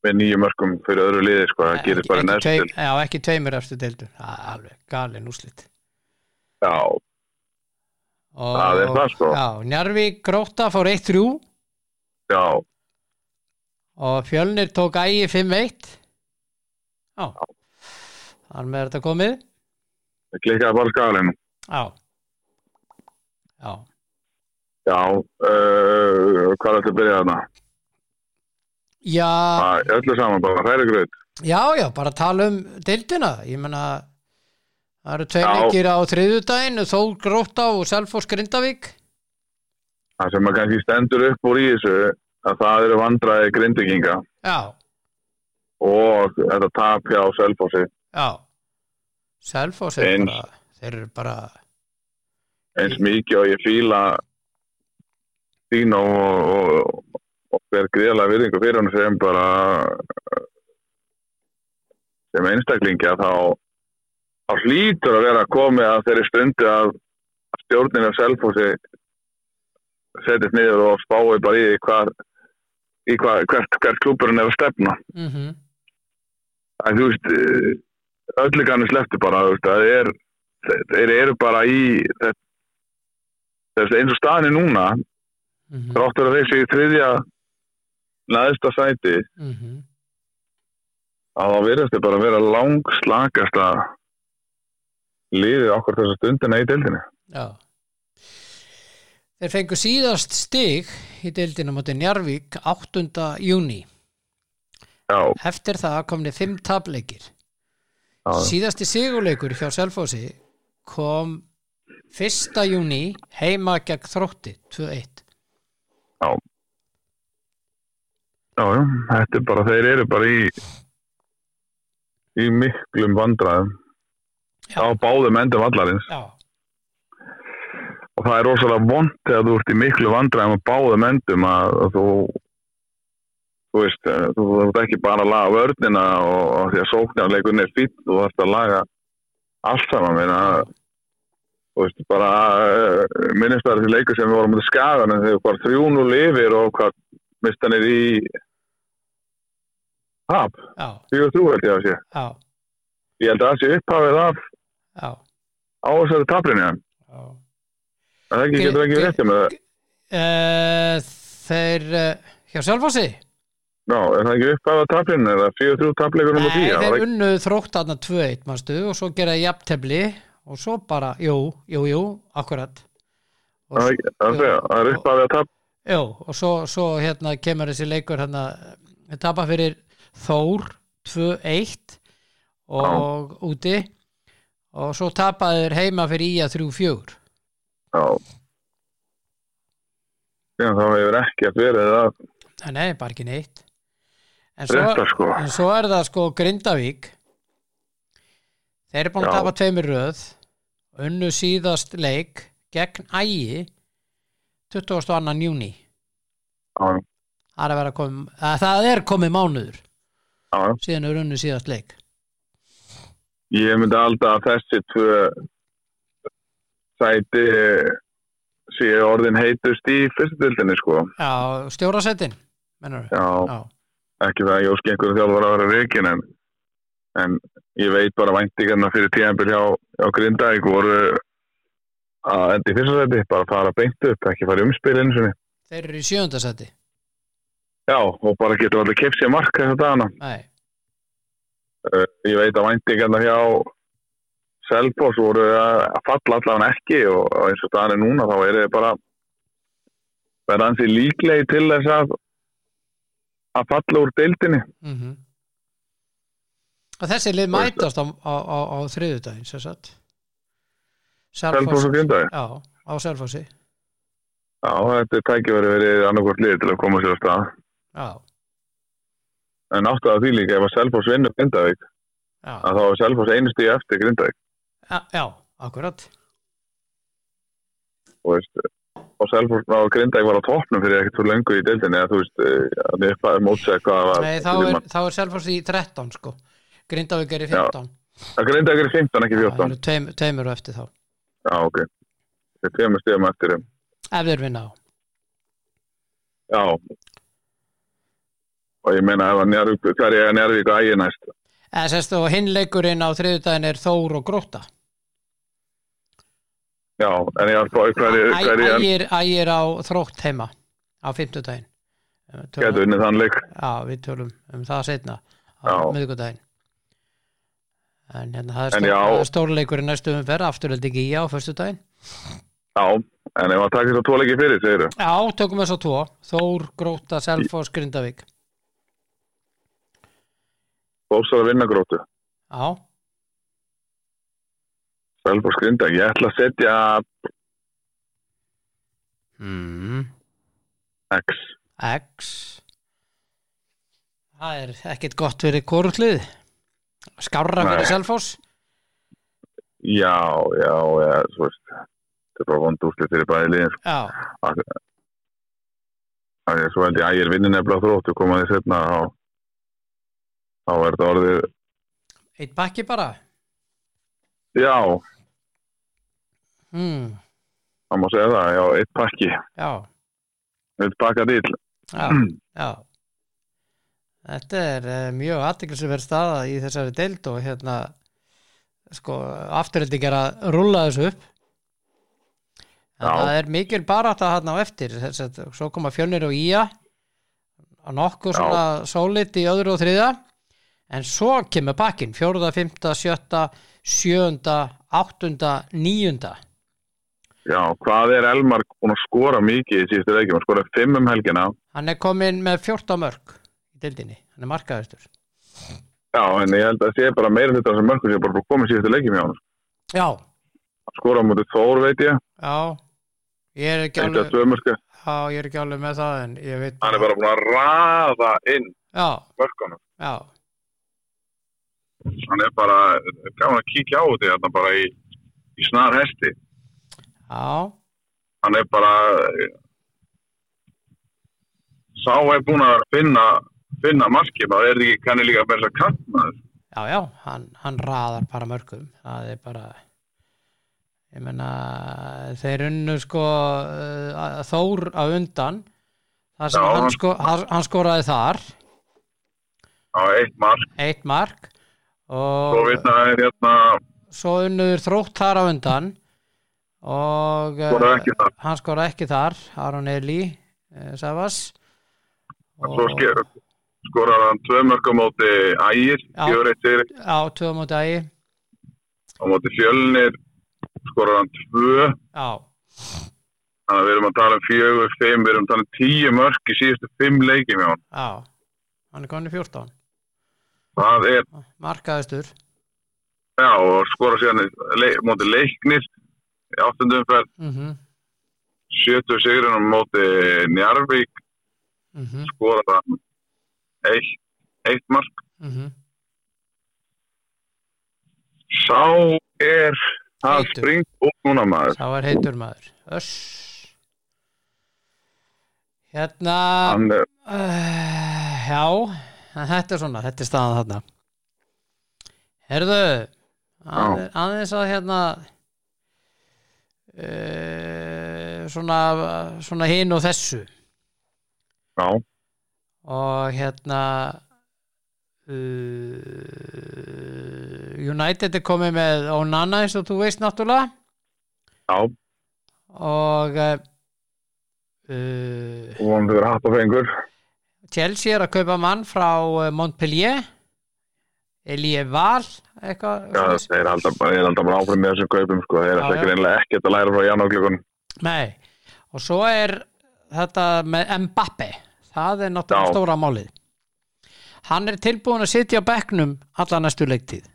Speaker 2: með nýju mörgum fyrir öðru liði, sko, það gerir bara
Speaker 1: Ekki
Speaker 2: næst til.
Speaker 1: tveim- Já, ekki tveimur eftir deildu Það er alveg galin úslit
Speaker 2: Já,
Speaker 1: og,
Speaker 2: Það er það, sko.
Speaker 1: Já, Njarvík Gróta fór 1-3
Speaker 2: já,
Speaker 1: og Fjölnir tók ægi 5-1 Já Þar með er þetta komið
Speaker 2: það klikkaði bara skalinu.
Speaker 1: Já Já,
Speaker 2: Já, uh, hvað er þetta að byrja þarna?
Speaker 1: já
Speaker 2: Það er öllu saman bara, hræri gröð.
Speaker 1: Já, já, bara tala um deildina, ég menna það eru tveir
Speaker 2: Já.
Speaker 1: leikir á þriðudaginn Þór Gróta og Selfoss Grindavík
Speaker 2: Það sem að kannski stendur upp úr í þessu, að það eru vandraði grindikinga
Speaker 1: Já,
Speaker 2: og þetta tap hjá Selfossi
Speaker 1: Já Selfoss er
Speaker 2: En-
Speaker 1: bara þeir eru bara
Speaker 2: eins mikið og ég fíla Dino og, og, og ber gríðlega virðingu fyrir hann sem bara sem einstaklingi að þá þá hlýtur að vera komið að þeirri stundu að stjórnin af Selfossi setjast niður og spái bara í því hvar, í hvar, hvert, hvert klúburinn er að stefna
Speaker 1: mm
Speaker 2: en þú veist eh, öllu kannu sleppti bara þú veist, það er, þeir eru bara í þess, þess eins og staðin er núna
Speaker 1: Mhm,
Speaker 2: þráttur að þeir séu í þriðja neðsta sæti
Speaker 1: mhm,
Speaker 2: að þá verðast þeir bara að vera langslakasta liðið okkur þessa stundina í deildinni
Speaker 1: Já Þeir fengu síðast stig í deildinu mútið Njarvík 8. júni
Speaker 2: já,
Speaker 1: Eftir það komni fimm tableikir
Speaker 2: já,
Speaker 1: Síðasti sigurleikur hjá Selfossi kom 1. júni heima gegn þrótti 2-1
Speaker 2: já, já þetta er bara, þeir eru bara í í miklum vandræðum
Speaker 1: Já.
Speaker 2: á báðum endum allarins
Speaker 1: Já,
Speaker 2: og það er rosalega vond þegar þú ert í miklu vandræðum að báðum endum að að þú þú veist, eh, þú þarf ekki bara að laga vörnina og, og því að sóknarleikunni er fýtt þú þarfst að laga allt saman meina, þú veist, bara eh, minnist það þessi leikur sem við vorum út í skagan en þegar bara þrjúnu lifir og hvað mistanir í hap,
Speaker 1: já,
Speaker 2: fjögur þrjú held ég að sé
Speaker 1: já,
Speaker 2: ég held að það sé upphafið af
Speaker 1: já,
Speaker 2: á þessari taprinu en
Speaker 1: já.
Speaker 2: það ekki,
Speaker 1: Hver-
Speaker 2: getur ekki
Speaker 1: hver-
Speaker 2: rétt með það,
Speaker 1: Eh, Þeir eh, hjá Selfossi?
Speaker 2: já, er það ekki upphafið af taprinu eða fjögur þrjú tapleikur nummer
Speaker 1: Nei,
Speaker 2: tíu, það
Speaker 1: þeir
Speaker 2: var ekki-
Speaker 1: unnu þrótt aðna 2-1 manstu, og svo geraði jafntefli og svo bara, jú, jú, jú, akkurat og,
Speaker 2: það
Speaker 1: svo-
Speaker 2: er ekki- það er að segja, það er upphafið af tap
Speaker 1: jú, og svo, svo hérna kemur þessi leikur hérna, við tapa fyrir Þór 2-1 og úti og svo tapaði þeir heima fyrir Ía 3-4
Speaker 2: já síðan þá hefur ekki að verið að
Speaker 1: Nei, Nei, bara ekki neitt En
Speaker 2: Réttar, sko.
Speaker 1: en svo er það sko Grindavík Þeir eru búin að
Speaker 2: Já.
Speaker 1: tapa tveimur röð unnu síðast leik gegn ægi 22. júni
Speaker 2: já,
Speaker 1: Það er, að vera kom, að það er komið mánuður
Speaker 2: já, já.
Speaker 1: síðan er unnu síðast leik
Speaker 2: ég myndi alltaf að þessi tvö sæti séu orðin heitust í fyrstu dildinni sko
Speaker 1: Já, stjórasettin mennur
Speaker 2: já,
Speaker 1: Já,
Speaker 2: ekki það að ég óski einhverju þjálfur að vera reikin en, en ég veit bara væntingarna fyrir tíðanbyrð hjá, hjá Grindavík voru að enda í fyrsta sæti bara fara beint upp, ekki fara í umspil eins og
Speaker 1: Þeir eru í sjöndasetti
Speaker 2: já, og bara getur allir keipt sér mark þess að dana
Speaker 1: Nei,
Speaker 2: Eh, ég veit að væntingarna hjá Selfoss voru að falla allavega ekki og og eins og staðan er núna þá er þið bara verða hansi líklegi til þess að að falla úr deildinni
Speaker 1: mhm Og þessi lið mætast á, á, á, á þriðudaginn sem sagt
Speaker 2: Selfoss og Grindavík
Speaker 1: Já, á Selfossi
Speaker 2: Já, þetta er tækifæri verið annarkvort lið til að koma sér á stað
Speaker 1: Já,
Speaker 2: en áttið að því líka ef að Selfoss vinnur Grindavík
Speaker 1: já,
Speaker 2: að þá er Selfoss einu stíð eftir Grindavík
Speaker 1: já, já, akkurat
Speaker 2: og veist og Selfoss á Grindavík var á toppnum fyrir ekkert svo lengu í deildinni að þú veist eh, að þið fæði mótsæk hvað það var
Speaker 1: Nei, þá er, þá er Selfoss í 13 sko Grindavík er í 15
Speaker 2: að Grindavík er 15 ekki 14
Speaker 1: er tveim, tveimur og eftir þá
Speaker 2: Já, ok. Þeir kemur stegum eftir þeim.
Speaker 1: Ef þeir vinna á
Speaker 2: Já. Og ég meina, ef að Njarvík, hver ég að Njarvík og ægi næst?
Speaker 1: Eða sérst og Eh, hinn leikurinn á þriðudaginn er Þór og Gróta
Speaker 2: Já, en ég er að spá hver ég, hver ég
Speaker 1: Ægir, ægir á þrótt heima á fimmtudaginn Eh, Við tölum-
Speaker 2: getur unnið þann leik.
Speaker 1: Já, við tölum um það setna á
Speaker 2: Já.
Speaker 1: miðgudaginn En hérna, það er,
Speaker 2: En
Speaker 1: stór,
Speaker 2: já.
Speaker 1: það er stórleikurinn næstu umferð afturöldi ekki á föstudaginn
Speaker 2: Já, en ef að taka þess að tvo leiki fyrir, segir þau.
Speaker 1: Já, tökum þess að tvo Þór, Gróta, Selfoss, Grindavík
Speaker 2: Bósar að vinna grótu.
Speaker 1: Já,
Speaker 2: Selfors Grindavík. Ég ætla að setja
Speaker 1: Mm.
Speaker 2: X.
Speaker 1: X það er ekkert gott fyrir korutlið skára
Speaker 2: Nei.
Speaker 1: fyrir Selfoss
Speaker 2: Já, já, já, svo veist, þetta er bara vond úrslið fyrir bæði liðin.
Speaker 1: já,
Speaker 2: Það er svo held ég ægir vinnin nefnilega þrótt og komaði setna á, á er þetta orðið,
Speaker 1: eitt bakki bara
Speaker 2: já,
Speaker 1: hmm,
Speaker 2: það má segja það, já, eitt pakki,
Speaker 1: já,
Speaker 2: eitt pakka dýl.
Speaker 1: já,
Speaker 2: Mm.
Speaker 1: já þetta er eh, mjög aðtiklisverð staða í þessari deild og hérna sko, afturhaldi gera rúla þessu upp en
Speaker 2: Já.
Speaker 1: það er mikil barata hérna á eftir þess að svo koma fjölnir og ía að nokkuð
Speaker 2: Já.
Speaker 1: svona sólit í öðru og þriða en svo kemur pakkin fjórða, fymta, sjötta, sjöunda áttunda, níunda
Speaker 2: Já, hvað er Elmar búin að skora mikið í síðustu leikjum? Hann skoraði fimm um helgina,
Speaker 1: hann er komin með 14 mörg í deildinni, hann er markaðustur
Speaker 2: já, en ég held að sé bara meira hluta sem mörgum sé bara búin að koma í síðustu leikjum hjá hann.
Speaker 1: já,
Speaker 2: Hann skoraði á móti Þór, veit ég,
Speaker 1: já ég er ekki
Speaker 2: eitt að
Speaker 1: alveg
Speaker 2: tvö mörgum.
Speaker 1: já, ég er ekki alveg með það en ég veit
Speaker 2: Hann er bara búin að raða inn
Speaker 1: já,
Speaker 2: mörgunum.
Speaker 1: já,
Speaker 2: Hann er bara, gaman að kíkja á þetta hérna bara í, í snar hesti.
Speaker 1: já,
Speaker 2: Hann er bara, sá er búin að finna, finna markið, maður er ekki kanni líka að verða kantmaður.
Speaker 1: já, já hann, hann raðar bara mörgum það er bara ég meina þeir unnu sko uh, Þór á undan þar sem
Speaker 2: Já,
Speaker 1: hann,
Speaker 2: hann-
Speaker 1: sko, hann, hann skoraði þar
Speaker 2: Á eitt mark,
Speaker 1: eitt mark og
Speaker 2: svo vitna er hérna,
Speaker 1: svo unnuður þrótt þar á undan og eh,
Speaker 2: skoraði ekki það.
Speaker 1: hann skora ekki þar Aron Eli uh, Savas
Speaker 2: Svo sker, skorar hann tvö mörg á móti Ægir,
Speaker 1: Já.
Speaker 2: fjögur eitt fyrir,
Speaker 1: á tvö móti ægi
Speaker 2: á móti Fjölnir, skorar hann tvö,
Speaker 1: já,
Speaker 2: þannig að við erum að tala um fjögur, fimm, við erum að tala um tíu mörg í síðustu fimm leikjum hjá hann.
Speaker 1: já hann er komin í 14
Speaker 2: Það er,
Speaker 1: markaðistur
Speaker 2: já, og skorar síðan le móti Leiknir, í áttundumferð,
Speaker 1: mm -hmm.
Speaker 2: 70 sigurinn á móti Njarvík, skorar hann eitt, eitt mark. Sá er, það
Speaker 1: Heitur.
Speaker 2: springt út núna maður.
Speaker 1: þá er heitur maður öss hérna
Speaker 2: Hann er,
Speaker 1: uh, já en þetta er svona, þetta er staðan þarna herðu aðe- aðeins að hérna uh, svona svona hinn og þessu
Speaker 2: já,
Speaker 1: og hérna uh, United er komið með Onana eins og þú veist náttúrulega
Speaker 2: já,
Speaker 1: og eh, uh,
Speaker 2: vonandi verið hatt og fengur.
Speaker 1: Chelsea er að kaupa mann frá eh, Montpellier Elie Val eitthvað
Speaker 2: Já,
Speaker 1: svoleiðis.
Speaker 2: þeir halda, þeir halda bara áfram með þessum kaupum sko, þeir
Speaker 1: Já,
Speaker 2: ætla ekki
Speaker 1: já.
Speaker 2: reynilega ekkert að læra frá janúarglökun.
Speaker 1: Nei, og svo er þetta með Mbappe það er náttúrulega
Speaker 2: Já.
Speaker 1: stóra málið hann er tilbúin að sitja á bekknum alla næstu leiktíð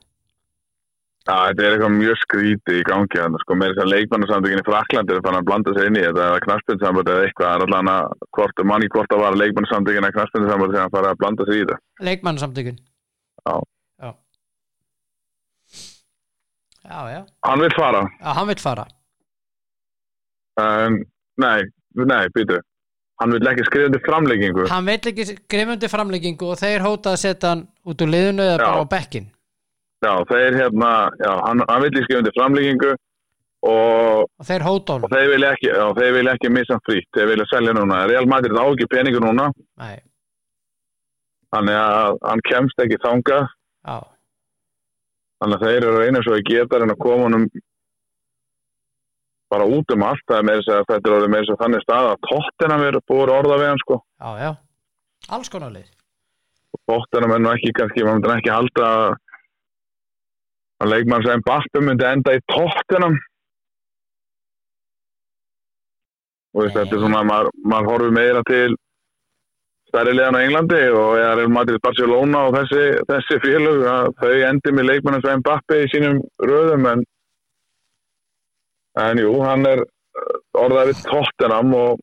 Speaker 2: Já, þetta er eitthvað mjög skrítið í gangi hann, sko, með þess að leikmannasamtökinni Frakland er fann að blanda sér inn í þetta, eða knaspindsamböld eða eitthvað, það er allan að hvort manni hvort að vara leikmannasamtökinna knaspindsamböld þegar hann farið að blanda sér í þetta.
Speaker 1: leikmannsamtökun
Speaker 2: Já.
Speaker 1: já já, já,
Speaker 2: Hann vil fara,
Speaker 1: já hann vil fara
Speaker 2: en, nei, nei, býtu, hann vil ekki skrifa til framleggingu.
Speaker 1: hann vil ekki skrifundi framleggingu og þeir hóta að setja hann út úr liðinu eða
Speaker 2: Já.
Speaker 1: bara á bekkin
Speaker 2: Já, þeir hérna, já, hann, hann vil ekki skrifa til framleggingu og
Speaker 1: og þeir hóta
Speaker 2: og
Speaker 1: honum
Speaker 2: þeir vilja ekki, já, þeir vilja ekki missa hann frýtt, þeir vilja selja núna Real Madrid á ekki peningu núna
Speaker 1: Nei,
Speaker 2: þannig að hann kemst ekki þanga
Speaker 1: já,
Speaker 2: þannig að þeir eru einu svo að geta en að koma honum bara út um allt það er með þess að þetta er orðið með þess að þannig stað að tóttina mér búið orða við hann sko
Speaker 1: já, já alls konar lið
Speaker 2: tóttina mér nú ekki kannski, maður myndi nú ekki halda að- að leikmann sem Bappi myndi enda í tóttina og veist,
Speaker 1: Nei.
Speaker 2: þetta er svona að maður, maður horfir meira til stærri liðan á Englandi og eða Real Madrid Barcelona og þessi, þessi félög að þau endi með leikmannum sem Bappi í sínum röðum en, en jú, hann er eh, orðað við tóttinam og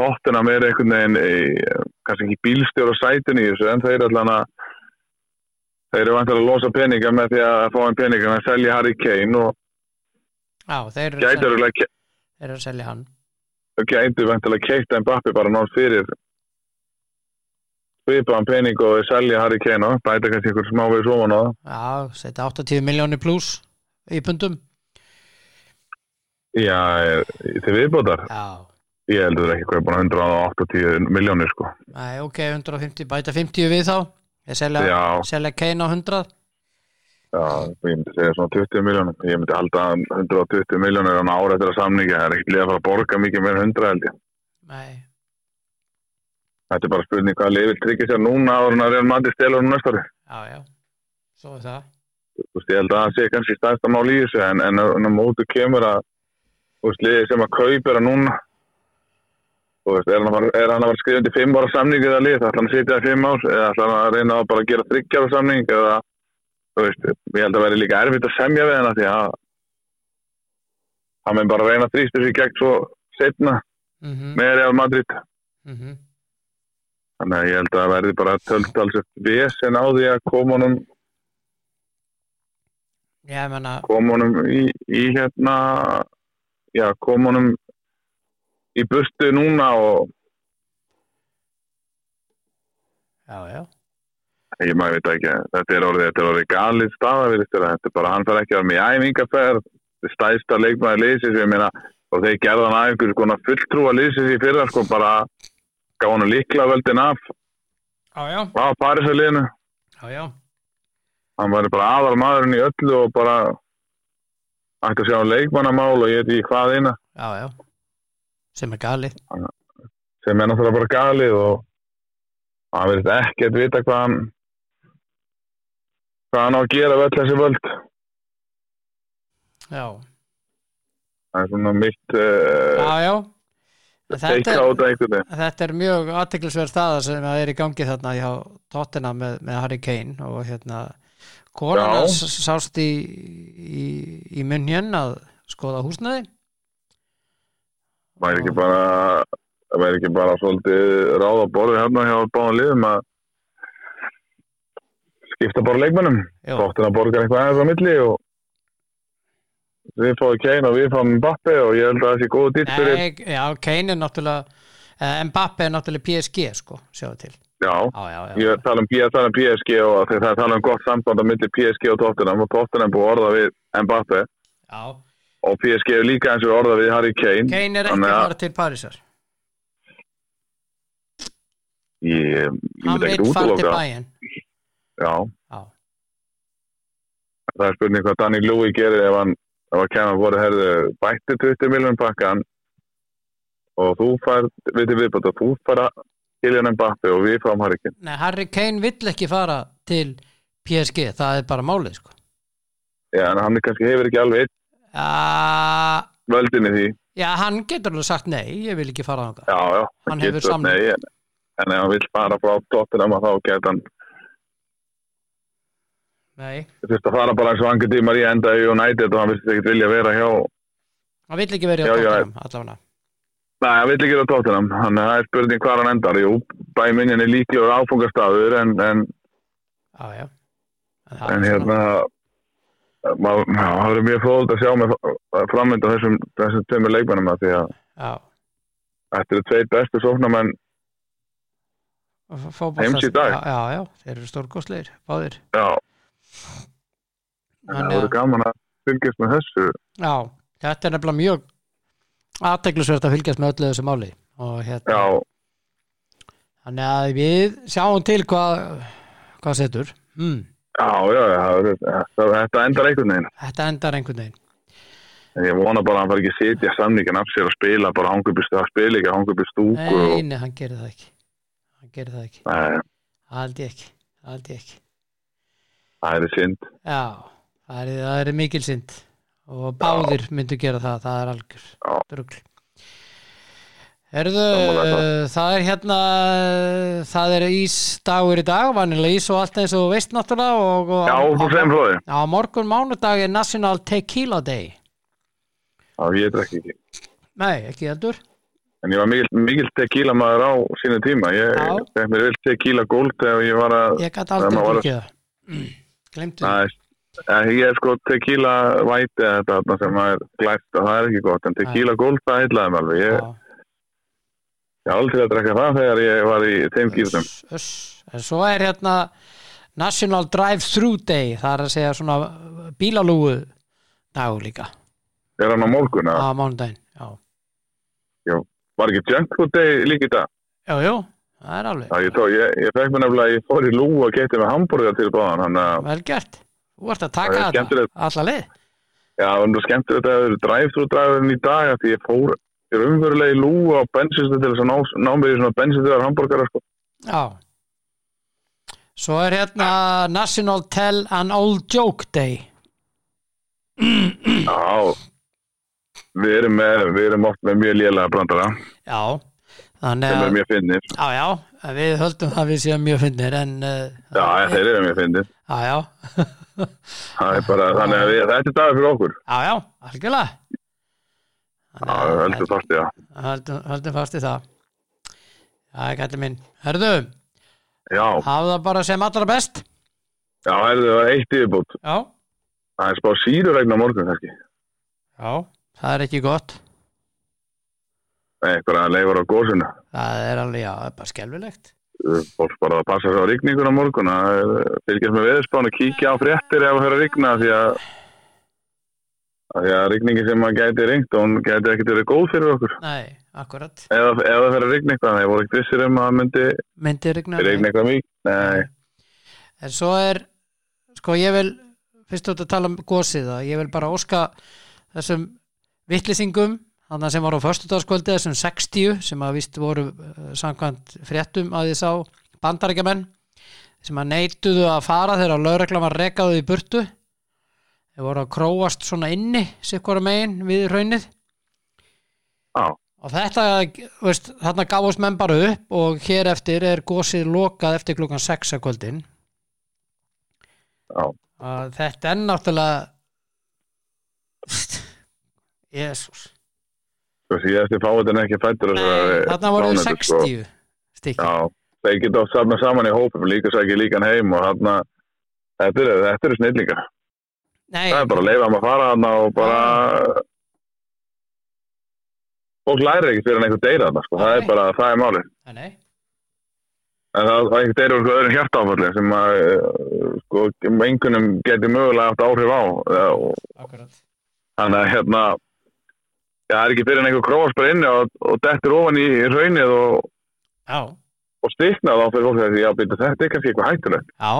Speaker 2: tóttinam er einhvern veginn í, kannski ekki bílstjóra sætinu í þessu en þeir allan að þeir eru vantilega að losa peninga með því að fá einn peninga að selja Harry Kane og
Speaker 1: Já, þeir eru að
Speaker 2: gæti
Speaker 1: selja-
Speaker 2: örgulega
Speaker 1: þeir eru að selja hann
Speaker 2: gæti vantilega keita einn bappi bara nátt fyrir svipaðan pening og þeir selja Harry Kane og bæta kannski einhver smá við svona á það
Speaker 1: Já, setja 80 miljónir pluss í pundum
Speaker 2: Já, eh, til viðbótar
Speaker 1: Já,
Speaker 2: ég heldur ekki hvað er búin 180 miljónir sko
Speaker 1: Nei, ok, 150, bæta 50 við þá Ég selja,
Speaker 2: Já,
Speaker 1: selja Kane á 100
Speaker 2: Já, ég myndi segja svona 20 miljónum. Ég myndi halda að 120 miljónur án ára eftir að samninga. Það er ekkert liða að fara að borga mikið meira en 100 held ég.
Speaker 1: Nei,
Speaker 2: Þetta er bara spurning hvað liðið vil tryggja sér núna ára en að reyna mandi stelur hún næstari.
Speaker 1: já, já Svo er það
Speaker 2: Þú veist, ég held að það sé kannski stærsta mál í þessu en, en, en á mótu kemur að þú veist, liðið sem að kaupa er að núna þú veist, er hann að fara- er hann að vera skrifundi 5 ára samning eða lið, ætlar hann að sitja í 5 ár eða ætlar hann að reyna að bara gera 30 ára samning eða, þú veist, ég held að vera líka erfitt að semja við hann af því að hann mun bara reyna að þrýstu sér gegn svo setna
Speaker 1: mm
Speaker 2: með Real Madrid
Speaker 1: -hmm.
Speaker 2: þannig að ég held að verði bara töltalsett vesen á því að koma honum,
Speaker 1: Ég menna,
Speaker 2: koma honum í, í hérna já, koma honum í burtu núna og
Speaker 1: já, já
Speaker 2: ég maður veit ekki, þetta er orðið, þetta er orðið galið staða við þetta, þetta er bara, hann þarf ekki að vera með í æfingaferð, stæðsta leikmaði liðsins, ég meina, og þeir gerða hann að einhverju konar fulltrúa liðsins í fyrra sko, bara gaf hann líkla völdin af,
Speaker 1: Já, já,
Speaker 2: af Parísarliðinu,
Speaker 1: já, já
Speaker 2: hann var bara aðal maðurinn í öllu og bara ætti að sjá um leikmannamál og ég veit ekki hvað eina,
Speaker 1: Já, já Sem er galið
Speaker 2: sem er náttúrulega bara galið og og hann verið ekkert vita hvað hann hvað hann á að gera við öll þessi völd
Speaker 1: Já,
Speaker 2: það er svona mitt uh,
Speaker 1: já, já En
Speaker 2: teika
Speaker 1: Ah, Þetta
Speaker 2: á
Speaker 1: er,
Speaker 2: þetta einhvern veginn
Speaker 1: þetta er mjög aðteklisverð staða sem að er í gangi þarna hjá tóttina með, með Harry Kane og hérna konan
Speaker 2: Já.
Speaker 1: hans sást í, í, í munn að skoða húsnaði Ah.
Speaker 2: væri ekki bara það væri ekki bara svolítið ráða borðið hérna hjá báðan liðum að skipta bara leikmennum
Speaker 1: Já,
Speaker 2: þáttina borgar eitthvað aðeins á milli og við fáum Kane og við fáum Mbappe og ég held að það sé góð dýtt fyrir
Speaker 1: Nei, já Kane er náttúrulega eh, Mbappe er náttúrulega PSG sko, sjáðu til
Speaker 2: já,
Speaker 1: Já, já, já,
Speaker 2: ég tala um, ég tala um PSG og þegar það er tala um gott samband á milli PSG og Tottenham og Tottenham búið að orða við Mbappe
Speaker 1: já.
Speaker 2: og PSG er líka eins og orða við Harry Kane
Speaker 1: Kane er ekki
Speaker 2: Þannig
Speaker 1: að
Speaker 2: að-
Speaker 1: fara til Parísar
Speaker 2: ég, ég
Speaker 1: Hann
Speaker 2: myndi
Speaker 1: vil
Speaker 2: ekkert
Speaker 1: fara til
Speaker 2: útloka
Speaker 1: bæinn
Speaker 2: já
Speaker 1: Já,
Speaker 2: það er spurning hvað Danny Louie gerir ef hann ef að kemur voru herðu bætti 20 miljonum pakkan og þú fær við til viðbætt og þú fær að Kylian Mbappi og við fáum Harry Kane
Speaker 1: Nei, Harry Kane vill ekki fara til PSG, það er bara málið sko.
Speaker 2: já en hann kannski hefur ekki alveg einn
Speaker 1: uh,
Speaker 2: völdinni því
Speaker 1: Já, hann getur alveg sagt nei, ég vil ekki fara þangað
Speaker 2: já já
Speaker 1: Hann
Speaker 2: getur
Speaker 1: hefur
Speaker 2: það,
Speaker 1: samning.
Speaker 2: nei, en, en ef hann vill fara frá Tottenham að þá geta hann
Speaker 1: Nei,
Speaker 2: þurft að fara bara eins og hann getur tímar í enda í United og hann vissi ekkert vilja vera hjá
Speaker 1: hann vill ekki verið á
Speaker 2: Já, já.
Speaker 1: tóttunum allavega
Speaker 2: Nei, hann vill ekki vera á Tottenham, þannig að það er spurning hvað hann endar. Jú, bæminnin er líklegur áfungastafur en, en
Speaker 1: Já, já En, það
Speaker 2: en
Speaker 1: er svona-
Speaker 2: hérna maður- já, það verður mjög fróðult að sjá með framönda þessum, þessum tveimur leikmennum að því að
Speaker 1: Já,
Speaker 2: þetta eru tveit bestu sóknarmenn
Speaker 1: f- fótbolta-
Speaker 2: Heims í dag.
Speaker 1: Já, já, já, þeir eru stórkostleir, báðir
Speaker 2: já,
Speaker 1: Þannig
Speaker 2: það verður
Speaker 1: að-
Speaker 2: gaman að fylgjast með þessu
Speaker 1: Já, þetta er nefnilega mjög aðteglisvert að fylgjast með öllu þessu máli og hérna,
Speaker 2: já,
Speaker 1: þannig að við sjáum til hvað hvað setur mm,
Speaker 2: já, já, já það verður- það- þetta endar einhvern veginn
Speaker 1: Þetta endar einhvern veginn
Speaker 2: en ég vona bara að hann fari ekki að setja samningin af sér að spila, bara hanga upp í stúku spila ekki, hanga upp í stúku og,
Speaker 1: Nei, nei, hann gerir það ekki Hann gerir það ekki,
Speaker 2: nei,
Speaker 1: Það held ég ekki Það held ég ekki
Speaker 2: það er synd
Speaker 1: Já, það er, það er mikil synd og báðir myndu gera það, það er algjör
Speaker 2: Já.
Speaker 1: drugl Herðu,
Speaker 2: Sammála
Speaker 1: það er hérna eh, það er ísdagur í dag vanilega ís og allt eins og þú veist náttúrulega og, og
Speaker 2: já, þú sem flóði,
Speaker 1: á morgun mánudag er National Tequila Day
Speaker 2: já, ég drekki ekki
Speaker 1: Nei, ekki heldur
Speaker 2: En ég var mikil, mikil tequila maður á sínu tíma. Ég
Speaker 1: Já.
Speaker 2: fekk mér vel tequila góld þegar ég var að...
Speaker 1: Ég gæti aldrei
Speaker 2: Það má vera-
Speaker 1: drukkið það. Mm. Glemtu.
Speaker 2: að að ég er sko tequila væti eða þetta þarna sem maður glæst og það er ekki gott. En tequila góld það heitlaði mér alveg. Ég,
Speaker 1: Já.
Speaker 2: ég aldrei að drekka það þegar ég var í þeim gýrnum.
Speaker 1: Uss, uss. En svo er hérna National Drive-Thru Day það er að segja svona bílalúgu dagur líka
Speaker 2: Er hann á morgun? eða?
Speaker 1: á mánudaginn já.
Speaker 2: Var ekki junk food day líka í dag?
Speaker 1: Jú, jú, það er alveg
Speaker 2: Já, ég, tó, ég, ég fekk mér nefnilega, ég fór í lú og getið með hambúrgar til báðan, þannig að
Speaker 1: vel gert, þú ert að
Speaker 2: Það
Speaker 1: taka
Speaker 2: er
Speaker 1: þetta
Speaker 2: skemmtilegt.
Speaker 1: alla leið
Speaker 2: já, en þú skemmtir þetta að vera drive-thru driverinn í dag, af því ég fór ég er umverulega í lú á bensinstu til þess að ná, ná mér í svona bensinstuðar hambúrgar sko.
Speaker 1: já svo er hérna National Tell an Old Joke Day
Speaker 2: Mm. Já, við erum, með, við erum oft með mjög lélega brandara
Speaker 1: já, þannig
Speaker 2: sem
Speaker 1: að
Speaker 2: er mjög finnir,
Speaker 1: já, já, en við höldum það við séum mjög finnir en uh,
Speaker 2: já, ég, þeir eru mjög finnir
Speaker 1: já, já,
Speaker 2: það er bara, þannig að við, þetta er dagur fyrir okkur
Speaker 1: já, já, algjörlega
Speaker 2: Já, heldur þátti það
Speaker 1: höldum, höldum fast í það Já, kallið minn Herðu,
Speaker 2: Já,
Speaker 1: hafa það bara sem allra best
Speaker 2: já, er það eitt yfirbútt
Speaker 1: Já,
Speaker 2: Það er spá síruregn á morgun kannski
Speaker 1: já Það er ekki gott
Speaker 2: eitthvað að leifur á gósinu
Speaker 1: Það er alveg, já, það er bara skelfilegt
Speaker 2: fólk bara að passa sig á rigningun á morgun að eh, fylgjast með veðurspán og kíkja á fréttir ef það er að rigna því að af því að rigningin sem maður gæti ringt hún gæti ekkert verið góð fyrir okkur
Speaker 1: Nei, akkurat
Speaker 2: eða ef það fer að rigna eitthvað, það voru ekkert vissir um að það myndi
Speaker 1: Myndi rigna
Speaker 2: rigna eitthvað mjög nei,
Speaker 1: En svo er, sko ég vil fyrst út að tala um gósið að ég vil bara óska þessum vittlýsingum, þannig sem var á föstudagskvöldi, þessum 60 sem að víst voru eh, samkvæmt fréttum að ég sá bandarækjamenn sem að neituðu að fara þegar lögreglan var rekaðu í burtu þeir voru að króast svona inni sikkvara megin við raunnið
Speaker 2: á,
Speaker 1: og þetta, þú veist, þarna gáðust menn bara upp og hér eftir er gósið lokað eftir klukkan 6 að kvöldin
Speaker 2: á
Speaker 1: að þetta er náttúrulega Jésús
Speaker 2: þessi ég eftir fáið en ekki fættur
Speaker 1: þarna voru 60 stykki
Speaker 2: sko. já, þeir geta oft safna saman í hópum líka sækja líkan heim og þarna þetta eru- þetta eru snillingar
Speaker 1: Nei,
Speaker 2: Það er bara að leifa um að fara þarna og bara fólk læri ekkert fyrir en einhver deyra þarna sko. það
Speaker 1: Nei.
Speaker 2: er bara, það er máli
Speaker 1: nei, nei.
Speaker 2: en það, það er einhver deyra úr sko öðrum hjartáfalli sem að eh, sko, einhvernum getur mögulega haft áhrif á eh, og
Speaker 1: akkurat
Speaker 2: þannig að hérna já, það er ekki fyrir en einhver gróðast bara inni og, og dettur ofan í raunnið og,
Speaker 1: Já,
Speaker 2: og stikna þá fyrir fólk þessi já, býta, þetta er kannski eitthvað hættulegt
Speaker 1: já,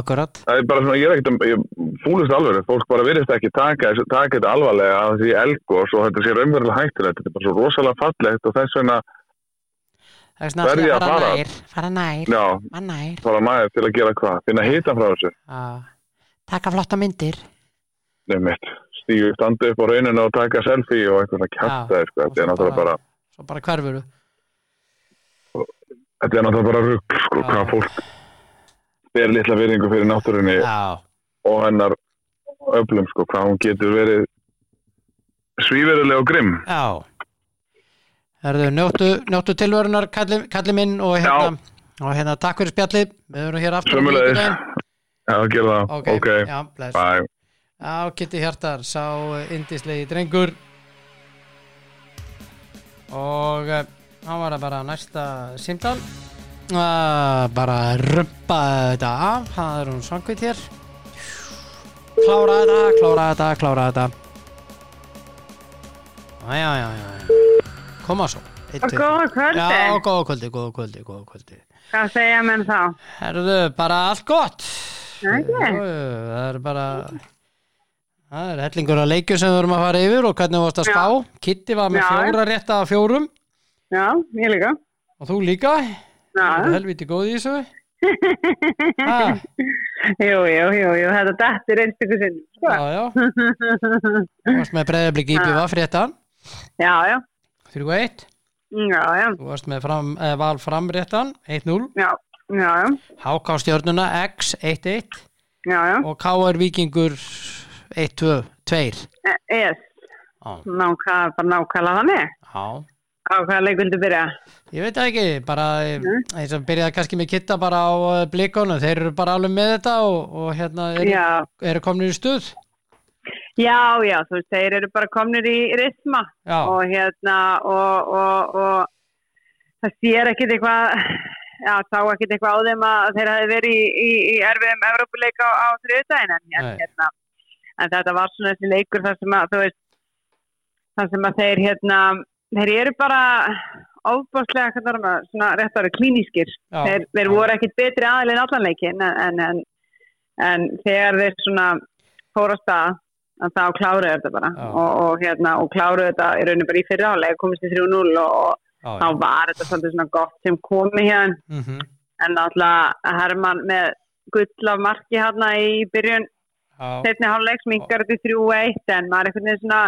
Speaker 1: akkurat
Speaker 2: það er bara svona, ég er ekkert að- ég fúlist alveg, fólk bara virðist ekki taka, þessu- taka þetta alvarlega að þessi elgos og þetta sé raunverulega hættulegt þetta er bara svo rosalega fallegt og þess vegna
Speaker 1: Þess að
Speaker 2: Verð ég að
Speaker 1: fara
Speaker 2: fara?
Speaker 1: nær fara nær,
Speaker 2: já,
Speaker 1: fara nær
Speaker 2: fara maður til að gera hvað finna hita frá þessu,
Speaker 1: að taka flotta myndir
Speaker 2: nefnitt stíu standa upp á rauninu og taka selfie og eitthvað svona kjarta, sko.
Speaker 1: og
Speaker 2: þetta er
Speaker 1: svo
Speaker 2: náttúrulega bara
Speaker 1: svo bara hverfuru
Speaker 2: þetta er náttúrulega bara rugg, sko,
Speaker 1: Já.
Speaker 2: hvað fólk ber litla virðingu fyrir náttúrunni
Speaker 1: Já,
Speaker 2: og hennar öflum, sko, hvað hún getur verið svíveruleg og grimm
Speaker 1: já Herðu, njóttu, njóttu tilvörunar kalli, kalli minn og hérna, og hérna takk fyrir spjallið, við verum hér aftur á
Speaker 2: sömulegis,
Speaker 1: miðvikudaginn.
Speaker 2: já, gera það
Speaker 1: Ok,
Speaker 2: ok,
Speaker 1: já, bless
Speaker 2: bye
Speaker 1: Já, Kitty Hjartar, sá indislegi drengur og uh, hann var að bara næsta símtal uh, bara rumpa þetta af það er hún svangvít hér klára þetta, klára þetta, klára þetta já, já, já, já koma svo Eitt,
Speaker 3: Og
Speaker 1: tveir,
Speaker 3: góða
Speaker 1: þrír.
Speaker 3: kvöldið.
Speaker 1: já, góða kvöldi, góða kvöldi, góða kvöldi
Speaker 3: Hvað segja menn þá?
Speaker 1: herðu, bara allt gott Jú,
Speaker 3: Okay.
Speaker 1: jú, það er bara það er hellingur að leikju sem við vorum að fara yfir og hvernig þú varst að spá Kitty var með
Speaker 3: Já.
Speaker 1: fjóra rétta af fjórum
Speaker 3: Já, ég líka.
Speaker 1: og þú líka, það er Ah.
Speaker 3: Já.
Speaker 1: helviti góð í þessu ha,
Speaker 3: Jú, jú, jú, jú, þetta dættir einstaklega sinn. Sko.
Speaker 1: já, já þú varst með breyðablik í bíva fréttan
Speaker 3: Já, já,
Speaker 1: 3-1,
Speaker 3: já, já,
Speaker 1: þú varst með fram, eh, val framréttan 1-0,
Speaker 3: já, já, já,
Speaker 1: HK stjörnuna X 1-1
Speaker 3: já, já,
Speaker 1: og KR vikingur 1-2, 2
Speaker 3: E- yes,
Speaker 1: já,
Speaker 3: nákvæmlega, bara nákvæmlega þannig.
Speaker 1: já,
Speaker 3: á hvaða leik vildu byrja?
Speaker 1: Ég veit það ekki, bara eh, eins og byrjaði kannski með kitta bara á eh, blikunum, þeir eru bara alveg með þetta og, og hérna eru,
Speaker 3: Já.
Speaker 1: eru komnir í stuð.
Speaker 3: Já, já, þú veist, þeir eru bara komnir í risma
Speaker 1: Já.
Speaker 3: og hérna og, og, og það sér ekkit eitthvað já, þá ekkit eitthvað á þeim að þeir hafi verið í, í, í erfiðum Evrópuleika á, á þriðdægin en, en,
Speaker 1: Nei.
Speaker 3: hérna, en þetta var svona þessi leikur þar sem að, þú veist þar sem að þeir hérna þeir eru bara ofbáslega hvað þarf maður, svona rétt ára klínískir
Speaker 1: Já.
Speaker 3: þeir, þeir voru ekkit betri aðil en allanleikin en, en, en, en þegar þeir svona fóru á stað að þá kláruðu þetta bara
Speaker 1: Já.
Speaker 3: og, og, hérna, og kláruðu þetta í rauninu bara í fyrra álega komist í 3-0 og, og
Speaker 1: Já,
Speaker 3: þá var þetta svolítið svona gott sem komi hér
Speaker 1: mm
Speaker 3: en náttúrulega Herman með gull af marki hérna í byrjun
Speaker 1: já,
Speaker 3: setni hálfleik sminkar þetta í 3-1 en maður er einhvern veginn svona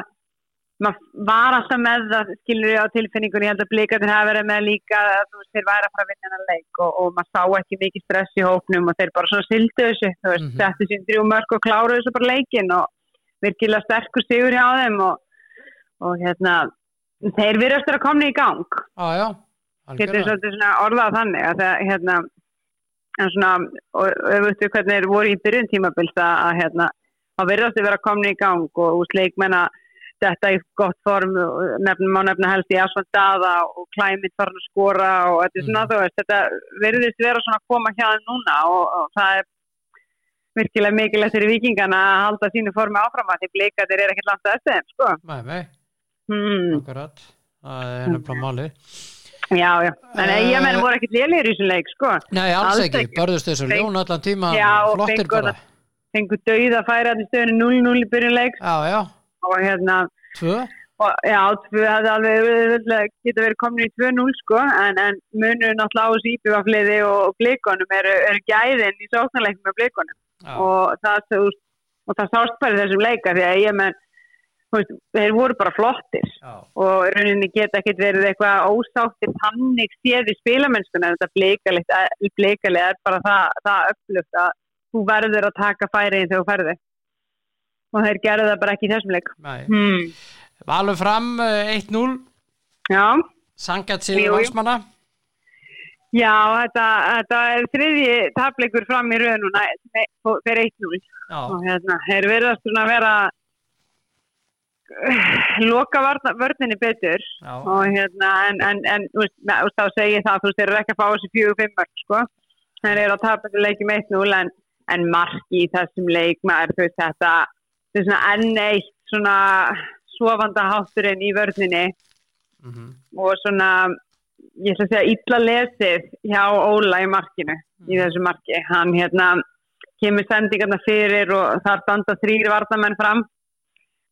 Speaker 3: maður var alltaf með það skilur ég á tilfinningunni ég held að blika þeir hafa verið með líka að þú veist, þeir væri að fara að vinna hennar leik og, og maður sá ekki mikið stress í hópnum og þeir bara svona sildu þessu þú veist,
Speaker 1: Mhm.
Speaker 3: settu sín þrjú mörg og kláru þessu bara leikin og virkilega sterkur sigur hjá þeim og, og hérna þeir virðast þeirra komni í gang
Speaker 1: já, já,
Speaker 3: getur
Speaker 1: algjörlega.
Speaker 3: svolítið svona orðað þannig að það hérna en svona, og auðvitað hvernig þeir voru í byrjun tímabils að, að hérna þá virðast þið vera komni í gang og úr sleikmenna þetta í gott form og nefnum má nefna helst í Asvan Dada og klæmið farin að skora og þetta er svona
Speaker 1: Mhm.
Speaker 3: þú veist, þetta virðist vera svona að koma hjá þeim núna og, og það er virkilega mikilvægt fyrir vikingana að halda sínu formi áfram að því blika þeir eru ekkert langt eftir þeim, sko
Speaker 1: Nei, nei,
Speaker 3: hmm.
Speaker 1: akkurat, það er
Speaker 3: Mhm.
Speaker 1: nefnilega málið.
Speaker 3: Já, já, en
Speaker 1: Eh.
Speaker 3: ég menn voru ekkert lélir í þessum leik, sko
Speaker 1: Nei, alls,
Speaker 3: Alls
Speaker 1: ekki,
Speaker 3: ekki.
Speaker 1: börðust þessu
Speaker 3: Feng-
Speaker 1: ljón allan tíma,
Speaker 3: Já, og
Speaker 1: flottir
Speaker 3: fengu
Speaker 1: bara.
Speaker 3: fengu dauð að færa þetta stöðinu 0-0 í byrjunleik
Speaker 1: Já, já,
Speaker 3: og hérna,
Speaker 1: tvö,
Speaker 3: og, já, tvö hafði alveg auðvitað geta verið komin í 2-0 sko, en, en munur náttúrulega á þessu íbjöfafliði og, og blikonum eru, eru gæðin í sóknarleikum með blikonum
Speaker 1: já,
Speaker 3: og það, þú veist, og það sást bara í þessum leika því að ég menn, þú veist, þeir voru bara flottir
Speaker 1: já,
Speaker 3: og í rauninni geta ekkert verið eitthvað ósáttir tannig séð í spilamennskuna en þetta blikalegt, blikalegt er bara það, það upplugt að þú verður að taka færiðin þegar þú færði og þeir gerðu það bara ekki í þessum leik
Speaker 1: nei.
Speaker 3: hmm.
Speaker 1: Valur fram eh, 1-0,
Speaker 3: Já,
Speaker 1: sangat
Speaker 3: Jú,
Speaker 1: síður
Speaker 3: jú.
Speaker 1: valsmanna.
Speaker 3: já þetta, þetta er þriðji tapleikur fram í raun núna sem er- fó- fer 1-0
Speaker 1: Já,
Speaker 3: og hérna, þeir verðast svona að vera loka varna- vörninni betur
Speaker 1: já,
Speaker 3: og hérna, en, en, en þú veist, na, þú veist, þá segi ég það, þú veist, þeir eru ekki að fá þessi fjögur fimm mörg, sko þeir eru að tapa þessu leikjum 1-0 en, en marki í þessum leik maður, þú veist, þetta þetta er svona enn eitt svona svofanda hátturinn í vörninni
Speaker 1: mhm,
Speaker 3: og svona ég ætla að segja illa lesið hjá Óla í markinu, í þessu marki hann hérna kemur sendingarna fyrir og þar standa þrýr varnamenn fram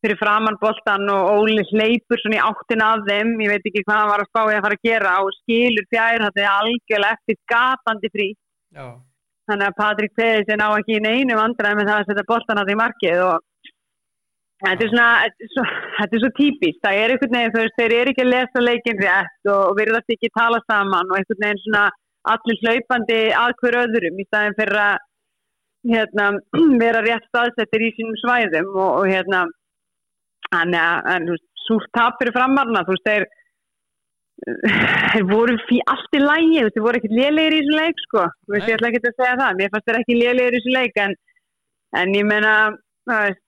Speaker 3: fyrir framann boltan og Óli hleypur svona í áttin af þeim, ég veit ekki hvað hann var að spá ég að fara að gera og skilur fjær þetta er algjörlega eftir gapandi frí
Speaker 1: já,
Speaker 3: þannig að Patrik Pedersen á ekki í neinu vandræði með það að setja boltan að því markið og þetta er svona þetta er svo, þetta er svo típist, það er einhvern veginn þú veist, þeir eru ekki að lesa leikin rétt og, og virðast ekki tala saman og einhvern veginn svona allir hlaupandi að hver öðrum í staðin fyrir að hérna, vera rétt staðsettir í sínum svæðum og, og hérna en, en þú veist, súrt tap fyrir framarna þú veist, þeir eh, þeir voru fí, allt í lægi þú veist, þeir voru ekkert lélegir í þessum leik sko þú veist,
Speaker 1: Nei.
Speaker 3: ég ætla ekki að segja það, mér fannst þeir ekki lélegir í þessum leik en, en ég meina þú veist,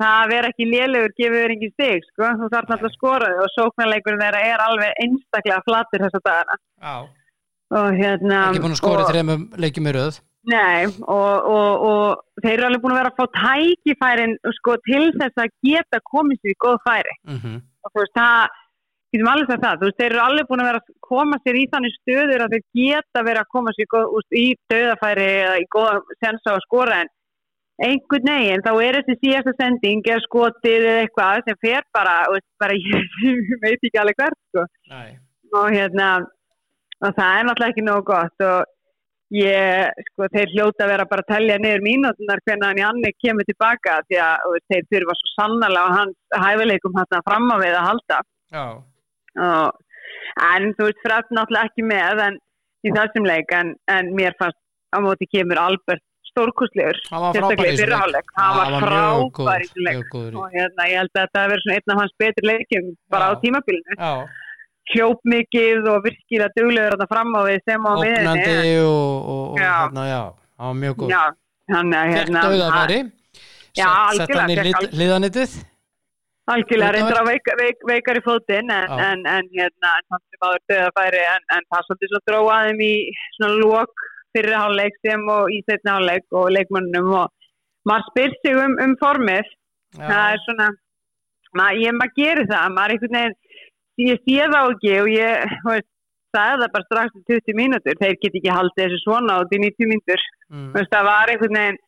Speaker 3: það að vera ekki lélegur gefur þér engin stig sko, þú þarf náttúrulega að skora þig og sóknarleikurinn þeirra er alveg einstaklega flatur þessa dagana
Speaker 1: já,
Speaker 3: og hérna
Speaker 1: ekki búin að skora
Speaker 3: Um, og-
Speaker 1: þreymum leikjum í röð.
Speaker 3: Nei, og, og, og þeir eru alveg búin að vera að fá tækifærin sko, til þess að geta komið sér í góð færi.
Speaker 1: Mhm,
Speaker 3: Og, þú veist, það, getum alveg sagt það, þú veist, þeir eru alveg búin að vera að koma sér í þannig stöður að þeir geta verið að koma sér í, góð, úst, í döðafæri eða í góða sensa að skora en einhvern veginn, þá er þessi síðasta sending eða skotið eða eitthvað sem fer bara, þú veist, bara ég veit ekki alveg hvert, sko
Speaker 1: nei,
Speaker 3: og hérna og það er náttúrulega ekki nógu gott og ég, sko, þeir hljóta að vera bara að telja niður mínútunar hvernig hann Janni kemur tilbaka því að og þeir þurfa svo sannlega á hans hæfileikum hérna fram á við að halda
Speaker 1: já,
Speaker 3: og, en þú veist frætt náttúrulega ekki með en í þessum leik en, en mér fannst á móti kemur Albert stórkustlegur
Speaker 1: Hann var frábær í þessum leik.
Speaker 3: fyrraháleik, hann var
Speaker 1: mjög
Speaker 3: frábær í
Speaker 1: góður,
Speaker 3: þessum leik
Speaker 1: mjög góður í-
Speaker 3: og hérna, ég held að þetta hafi verið svona einn af hans betri leikjum bara
Speaker 1: Já.
Speaker 3: á tímabilinu
Speaker 1: Já,
Speaker 3: hljóp mikið og virkilega duglegur þarna fram á við sem á miðinni.
Speaker 1: opnandi og, og, og
Speaker 3: Já.
Speaker 1: hérna, já, það var mjög góð
Speaker 3: Já, hann er
Speaker 1: Fekk
Speaker 3: hérna.
Speaker 1: dauðafæri Sett-
Speaker 3: Já, algjörlega,
Speaker 1: sett hann í
Speaker 3: fékk
Speaker 1: lið-
Speaker 3: algjörlega.
Speaker 1: liðanitið
Speaker 3: Algjörlega,
Speaker 1: Þetta var-
Speaker 3: reyndar að veik, veik, veikar í fótinn en,
Speaker 1: Já.
Speaker 3: en, en hérna, en hann sem áður döðafæri en, en það svolítið svo dróaðum í svona lók fyrir hálfleik sem og í setna hálfleik og leikmannum og maður spyr sig um, um formið það er svona maður, ég maður gerir það, maður einhvern veginn ég sé þá ekki og ég þú veist, það er það bara strax til 20 mínútur þeir get ekki haldið þessu svona út í 90 mínútur
Speaker 1: mm,
Speaker 3: Þú veist, það var einhvern veginn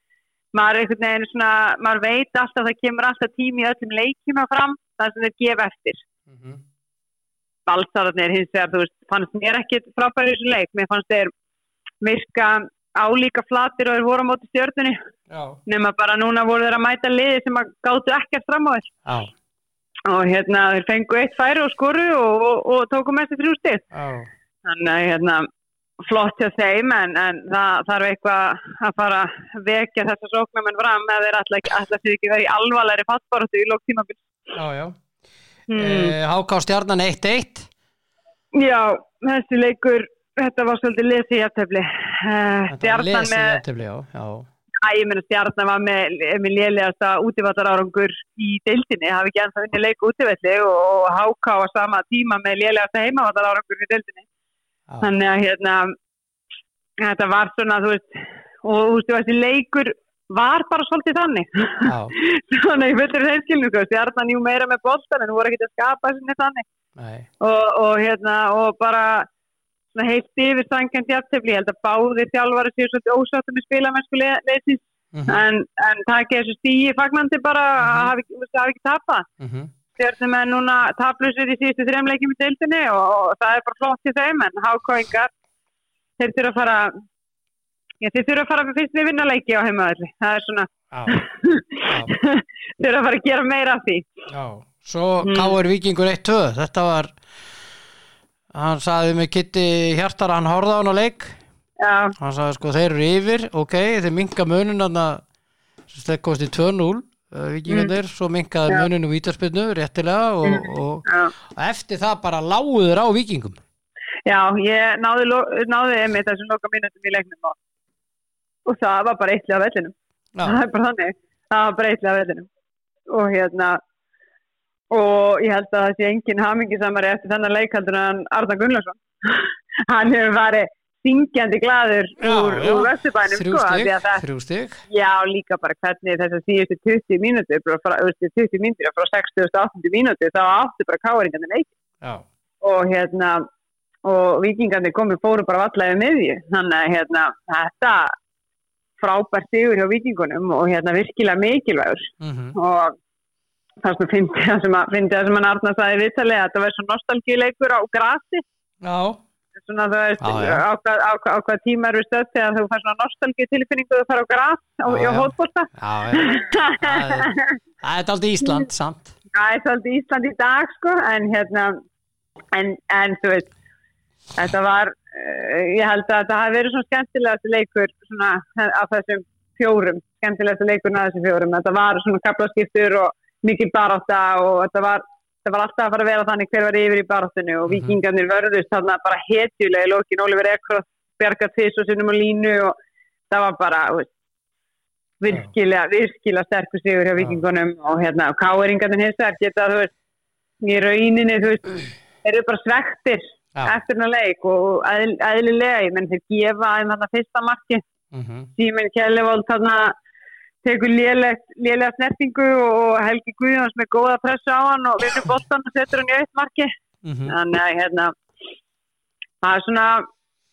Speaker 3: maður, einhvern veginn svona, maður veit alltaf það kemur alltaf tími í öllum leikjum fram það sem þeir gefa eftir
Speaker 1: mhm,
Speaker 3: valsararnir hins vegar, þú veist, fannst mér ekkit frábæri þessu leik, mér fannst þeir virka álíka flatir og þeir voru á móti stjörnunni,
Speaker 1: já,
Speaker 3: nema bara núna voru þeir að mæta liði sem að gáttu ekkert fram á þess
Speaker 1: já,
Speaker 3: og hérna þeir fengu eitt færi og skoru og, og, og tóku með þessi þrjú stið
Speaker 1: já
Speaker 3: þannig að hérna, flott hjá þeim en, en það þarf eitthvað að fara að vekja þessa sóknumenn fram eða þeir alltaf, alltaf sér ekki verið í alvarlegri fattbáratu í lóktímabil.
Speaker 1: Já, já.
Speaker 3: Mm.
Speaker 1: Eh, HK stjarnan 1-1.
Speaker 3: Já, þessi leikur, þetta var svolítið lesið jafntefli. Eh,
Speaker 1: Þetta var
Speaker 3: Stjarnan
Speaker 1: lesið
Speaker 3: með,
Speaker 1: jafntefli, já. Já,
Speaker 3: Æ, ég meina stjarnan var með, með lélegasta útivallarárangur í deildinni, hafi ekki ennþá vinni leik útivalli og, og háká á sama tíma með lélegasta heimavallarárangur í deildinni.
Speaker 1: já.
Speaker 3: Þannig að hérna, þetta var svona, þú veist, og þú veist, þessi leikur var bara svolítið þannig.
Speaker 1: já,
Speaker 3: Svona, ég veitur hreinskilinu, sko, stjarnan jú meira með boltan en voru ekki að skapa sinni þannig.
Speaker 1: nei,
Speaker 3: Og, og hérna, og bara svona heilt yfir sangjandi aftefli, ég held að báðir þjálfari séu svolítið ósáttum í spilamennsku le- leysins,
Speaker 1: mhm,
Speaker 3: en, en takið þessu stíi fagnandi bara,
Speaker 1: Mhm.
Speaker 3: hafi, þú veist, hafi ekki tapað.
Speaker 1: mhm,
Speaker 3: Stjarnum er núna taplusir í síðustu þremleikjum í deildinni og, og það er bara flott í þeim en hákóingar þeir þurfa að fara já, þeir þurfa að fara fyrst við vinnarleiki á heimaðalli það er svona
Speaker 1: já,
Speaker 3: þurfa að fara að gera meira af því
Speaker 1: já. Svo
Speaker 3: Mm.
Speaker 1: Káur Víkingur 1-2. Þetta var, hann sagði með Kitty Hjartar, hann horfði á hann á leik.
Speaker 3: já,
Speaker 1: Hann sagði sko, þeir eru yfir, ok, þeir minka munin hann að, sem sleik kosti 2-0. eh, Víkingarnir,
Speaker 3: Mm.
Speaker 1: svo minkaði muninu vítarspinnu réttilega og, og,
Speaker 3: já.
Speaker 1: og eftir það bara láguður á vikingum
Speaker 3: já, ég náði, lo- náði einmitt þessum loka mínutum í leiknum og, og það var bara eittlið af vellinum það
Speaker 1: já,
Speaker 3: er bara þannig, það var bara eittlið af vellinum og hérna og ég held að það sé engin hamingisamari eftir þennan leikaldur en Arna Gunnlaugsson hann hefur verið syngjandi glaður
Speaker 1: Já,
Speaker 3: úr,
Speaker 1: já.
Speaker 3: úr Vesturbænum
Speaker 1: þrjú
Speaker 3: sko, af því að
Speaker 1: stig,
Speaker 3: það,
Speaker 1: þrjú stig
Speaker 3: já líka bara hvernig þessar síðustu 20 mínútur bara frá, þú veist, 20 mínútur, frá 60 og 80 mínútur þá áttu bara káringarnir leik
Speaker 1: já,
Speaker 3: og hérna og vikingarnir komu fóru bara vallaði með því þannig að hérna þetta frábært sigur hjá vikingunum og hérna virkilega mikilvægur
Speaker 1: mhm
Speaker 3: og það sem fyndi það sem, að, fyndi það sem hann Arna sagði viðtalið að þetta var svo nostalgíuleikur á grasi
Speaker 1: Já,
Speaker 3: svona þú veist
Speaker 1: Já, já.
Speaker 3: á hvað- á hvað- á hvað tíma eru stöð þegar þú fær svona nostalgíu tilfinningu þú fær á gras á,
Speaker 1: Já,
Speaker 3: á
Speaker 1: já.
Speaker 3: hótbolta
Speaker 1: já, já. Það er- það er aldrei Ísland, samt.
Speaker 3: það er svolítið Ísland í dag sko en hérna en, en þú veist þetta var, uh, ég held að þetta hafi verið svona skemmtilegast leikur svona af þessum fjórum skemmtilegast leikur af þessum fjórum, þetta var svona kaplaskiptur og mikil barátta og þetta var, þetta var alltaf að fara að vera þannig hver var yfir í baráttunni og
Speaker 1: Mhm.
Speaker 3: vikingarnir vörðust þarna bara hetjulega í lókin Ólífur Ekroð, Bjarga Tvís og sinnum á línu og það var bara þú veist, virkilega, virkilega sterkur sigur hjá vikingunum og hérna, og káeringarnir hins vegar geta, þú veist, í rauninni, þú veist, þeir eru bara svektir
Speaker 1: Já,
Speaker 3: eftir hennar leik og eðl, eðlilega, ég menn þeir gefa þeim þarna fyrsta marki,
Speaker 1: mhm,
Speaker 3: Sýmen Kjellivold þarna tekur lélegt- lélega snertingu og Helgi Guðjóns með góða pressu á hann og vinnur boltan og setur hann í eitt marki
Speaker 1: mhm.
Speaker 3: þannig að hérna það er svona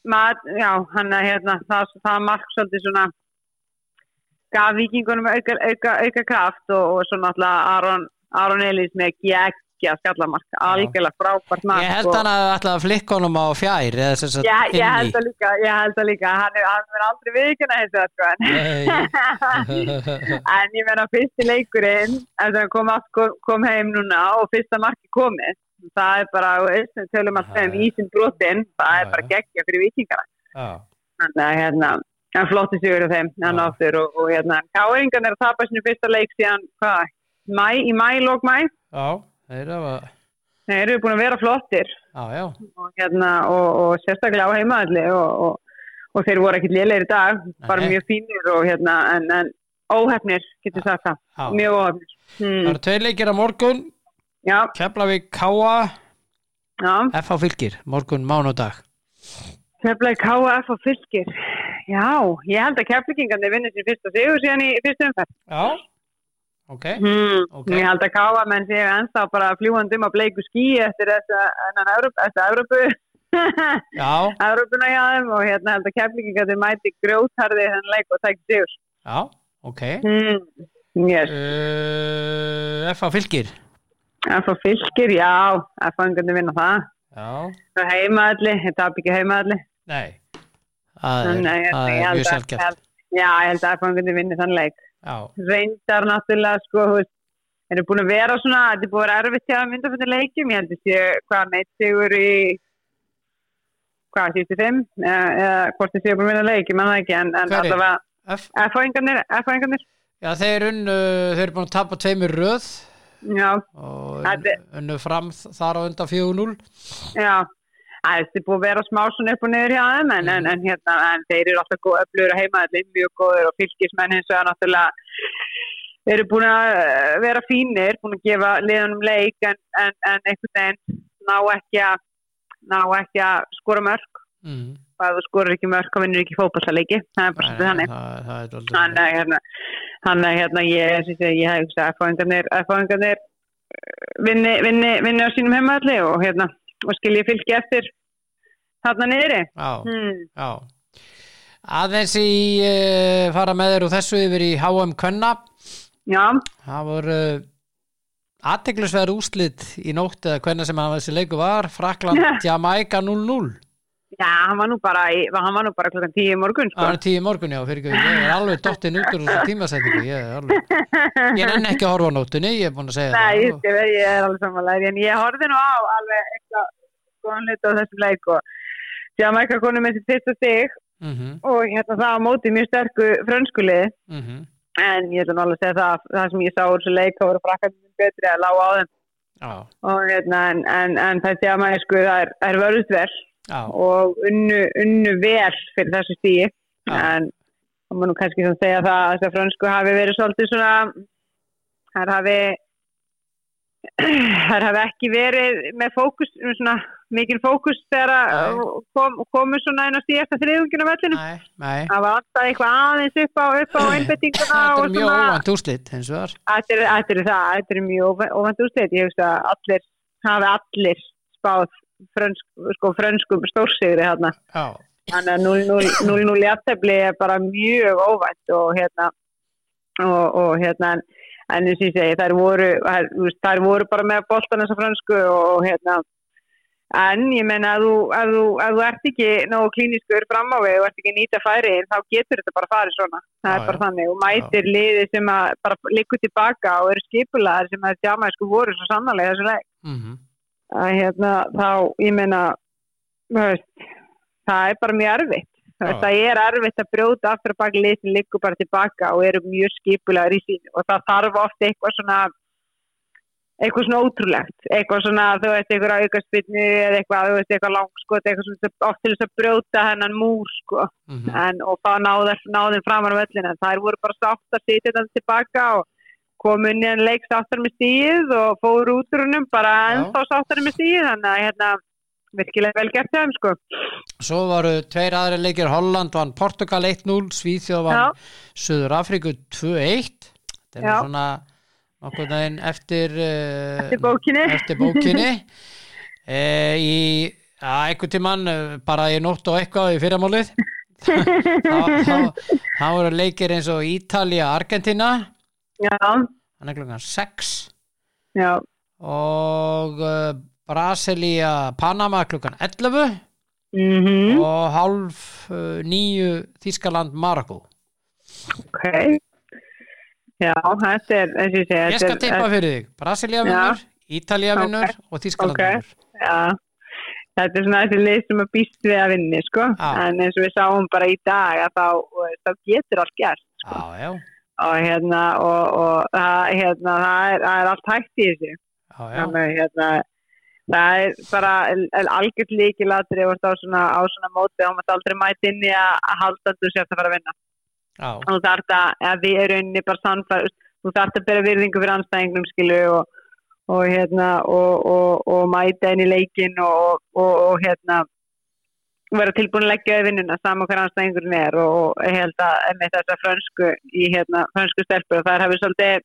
Speaker 3: maður, já, hann að hérna það, það mark svolítið svona gaf vikingunum auka, auka, auka kraft og, og svona alltaf Aron, Aron Elís með geggja skallamark, algjörlega frábært mark
Speaker 1: Ég held
Speaker 3: og-
Speaker 1: hann að ætla að flikka honum á fjær eða sem sagt
Speaker 3: sko. Já,
Speaker 1: inn
Speaker 3: ég
Speaker 1: í.
Speaker 3: held að líka, ég held að líka, hann er, hann er aldrei viðkjöna hins vegar, sko, en
Speaker 1: Nei.
Speaker 3: en ég meina fyrsti leikurinn eftir að hann kom, aft- kom, kom heim núna og fyrsta marki komið það er bara, þú veist, við tölum alltaf um
Speaker 1: Já, já.
Speaker 3: ísinn brotinn, það er
Speaker 1: Já,
Speaker 3: bara
Speaker 1: já.
Speaker 3: geggja fyrir vikingana
Speaker 1: Já,
Speaker 3: þannig að hérna, hann flotti sigur á þeim
Speaker 1: Já.
Speaker 3: hann áttur og, og hérna Káringan er að tapa sinu fyrsta leik síðan hvað, mæ, í mæ, lók mæ
Speaker 1: já, þeirra var
Speaker 3: þeir eru búin að vera flottir
Speaker 1: Já, já, já,
Speaker 3: og, hérna, og, og sérstaklega á heimaðalli og, og, og þeir voru ekkit lélegir í dag, bara
Speaker 1: Nei.
Speaker 3: mjög fínir og hérna, en, en óhefnir, getur sagt það,
Speaker 1: já.
Speaker 3: mjög óhefnir.
Speaker 1: Það
Speaker 3: Hmm.
Speaker 1: eru tveir leikir á morgun,
Speaker 3: Já,
Speaker 1: Keflavík K.A.
Speaker 3: já,
Speaker 1: F.A. Fylgir, morgun mánudag.
Speaker 3: keflaði KF og fylgir. Já, ég held að keflingandi vinnir sér fyrst og sigur síðan í fyrstu umferð.
Speaker 1: Já, ok.
Speaker 3: Hmm.
Speaker 1: Ok.
Speaker 3: Ég held að káa menn séu ennþá bara fljúandi um að bleiku skí eftir þessa ennan Evrópu, þessa Evrópu,
Speaker 1: Já,
Speaker 3: Evrópuna hjá þeim og hérna held að keflinginga þeir mæti grjótharði þennan leik og tækst sigur.
Speaker 1: já, ok.
Speaker 3: Hmm. Yes.
Speaker 1: Uh, F.A. Fylgir,
Speaker 3: F.A. fylgir, já, F.A. engandi vinna það.
Speaker 1: já,
Speaker 3: Og heimaðalli, þetta er ekki heimaðalli.
Speaker 1: nei. Það er, það er mjög sjálfgeft.
Speaker 3: Já, ég held að F.A. engandi vinna þann leik.
Speaker 1: Já,
Speaker 3: reyndar náttúrulega sko, þú veist, þeir eru búin að vera svona, þetta er búin að vera erfitt til að mynda fyrir leikjum, ég held að sé hvað neitt sigur í hvað, sístu fimm eða eða hvort þið séu búin að vinna leik, ég manna það ekki en, en
Speaker 1: Hverjir?
Speaker 3: allavega
Speaker 1: F.
Speaker 3: F-fæðingarnir, F-fæðingarnir
Speaker 1: Já, þeir, unnu, þeir eru búin að tapa tveimur röð
Speaker 3: já,
Speaker 1: og
Speaker 3: Þetta-
Speaker 1: unnu- unnu fram þar á undan 4-0.
Speaker 3: já Æ, Þetta er búin að vera smá svona upp og niður hjá þeim en, en, en, hérna, en þeir eru alltaf góð, öflugur að heima allir mjög góður og fylgismenn hins vegar náttúrulega eru búin að eh, vera fínir, búin að gefa liðunum leik en, en, en einhvern veginn ná ekki að ná ekki að skora mörg
Speaker 1: Mm.
Speaker 3: og ef þú skorur ekki mörg þá vinnur ekki fótballaleiki það er bara svolítið
Speaker 1: það,
Speaker 3: þannig
Speaker 1: það, það er dálítið
Speaker 3: þannig að hérna, þannig að hérna ég, ég, ég, ég hef hugsað að fóðingarnir að fóðingarnir vinni, vinni, vinni á sínum heimaðalli og hérna og skilji fylgi eftir þarna niðri
Speaker 1: Já,
Speaker 3: hmm.
Speaker 1: Já. Aðeins í uh, fara með þér og þessu yfir í HM Kvenna.
Speaker 3: já,
Speaker 1: Það voru uh, aðteglisverð úslit í nótt eða hvernig sem hann þessi leiku var. Frakland, Jamaica 0-0.
Speaker 3: já, hann var nú bara í, hann var nú bara klokkan tíu í morgun
Speaker 1: Það
Speaker 3: sko.
Speaker 1: var tíu í morgun já, fyrir ekki. Ég er alveg dottinn út úr þessu tímasetningu. Ég, er alveg... ég nenni ekki að horfa á nóttunni, ég er búin að segja
Speaker 3: Nei, ég,
Speaker 1: það.
Speaker 3: ég, ég er alveg samanlega en ég horfði nú á alveg eitthvað góðan hlut á þessum leik og Jamaica konum með sitt fyrsta stig
Speaker 1: Mm -hmm,
Speaker 3: og hérna það á móti mjög sterku frönskulið
Speaker 1: mm -hmm.
Speaker 3: en ég ætla nú alveg að segja það að það sem ég sá úr þessu leik þá voru frakkarnir betri að lága á þeim
Speaker 1: Já,
Speaker 3: og, hérna, en, en, en þessi að maður sko það er, er vörðust vel
Speaker 1: já,
Speaker 3: og unnu, unnu vel fyrir þessu stíi
Speaker 1: Já.
Speaker 3: en það má nú kannski svona segja það að þessar frönsku hafi verið svolítið svona þær hafi þær hafi ekki verið með fókus svona mikil fókus þegar að kom, komu svona inn á stíasta þriðungina vellinu
Speaker 1: nei, nei.
Speaker 3: það var alltaf eitthvað aðeins upp á, upp á einbettinguna
Speaker 1: Þetta er
Speaker 3: og
Speaker 1: mjög
Speaker 3: svona-
Speaker 1: óvænt úslit, hins vegar.
Speaker 3: Þetta er, þetta er það, þetta er mjög óvæ- óvænt úrslit. Ég hugsa að allir, hafi allir spáð frönsk, sko, frönskum stórsigri hérna.
Speaker 1: Já,
Speaker 3: Þannig að 0-0 0-0 í aftefli er bara mjög óvænt og hérna, og, og hérna, en- en eins og ég segi, þær voru, þær, þú veist, þær voru bara með boltan þessa frönsku og hérna, en ég menna að þú, að þú, að þú ert ekki nógu klíniskur fram á við, þú ert ekki að nýta færi, þá getur þetta bara farið svona. Það
Speaker 1: Já,
Speaker 3: er bara
Speaker 1: já.
Speaker 3: þannig og mætir liði sem að bara liggur tilbaka og eru skipulaðar sem að djamaðisku voru svo sannlega þessu leik.
Speaker 1: mm
Speaker 3: Að hérna, þá, ég menna, veist, það er bara mjög erfitt. Þú veist,
Speaker 1: Já.
Speaker 3: Það er erfitt að brjóta aftur að baka lið sem liggur bara tilbaka og eru mjög skipulaðar í sín og það þarf oft eitthvað svona eitthvað svona ótrúlegt, eitthvað svona þú veist, eitthvað aukarspinnu eða eitthvað, þú veist, eitthvað langskot, eitthvað svona oft til þess að brjóta hennan múr, sko
Speaker 1: mhm. Mm.
Speaker 3: en, og það náður, náður framar á völlinu en þær voru bara sátt að sitja þetta tilbaka og komu inn í en leik sáttar með stíð og fóru út úr húnum bara
Speaker 1: Já.
Speaker 3: ennþá sáttar með stíð þannig að hérna, virkilega vel gert þeim sko.
Speaker 1: Svo varu tveir aðri leikir Holland vann Portugal 1-0 Svíþjóð vann Suður Afríku 2-1 Þetta er nú
Speaker 3: Já.
Speaker 1: svona nokkur daginn eftir eh,
Speaker 3: Eftir bókinni.
Speaker 1: eftir bókinni. Eh, í ja, einhvern tímann eh, bara ég nótt á eitthvað í fyrramálið þá voru leikir eins og Ítalía Argentina
Speaker 3: já,
Speaker 1: hann er klokkan 6
Speaker 3: já,
Speaker 1: og uh, Brasilia Panama klukkan 11
Speaker 3: mhm
Speaker 1: og halv uh, nýju Þískaland Marokko
Speaker 3: ok já, þetta er eins og ég segja
Speaker 1: Ég skal tippa fyrir þig, Brasilia vinnur Ítalija
Speaker 3: Ok.
Speaker 1: vinnur og Þískaland
Speaker 3: Ok.
Speaker 1: vinnur
Speaker 3: Já, þetta er svona þessi lið sem að býst við að vinni sko.
Speaker 1: Já.
Speaker 3: en eins og við sáum bara í dag að þá, þá getur allt sko. gert
Speaker 1: Já, já,
Speaker 3: og hérna og, og það, hérna, það, er, það er allt hægt í þessu
Speaker 1: já, já.
Speaker 3: þannig að, hérna það er bara algjörð líkilatri á svona, á svona móti og maður aldrei mæti inn í að, að halda að þú sérst að fara að vinna
Speaker 1: Já,
Speaker 3: og þú þarf að, að við erum inni bara samfæð þú þarf að bera virðingu fyrir anstæðingum skilu og, og hérna og, og, og mæta inn í leikin og, og, og hérna vera tilbúin að leggja auðvinnina saman hver anstæðingurinn er og, og ég held að með þessa frönsku í hérna frönsku stelpur þar hefur svolítið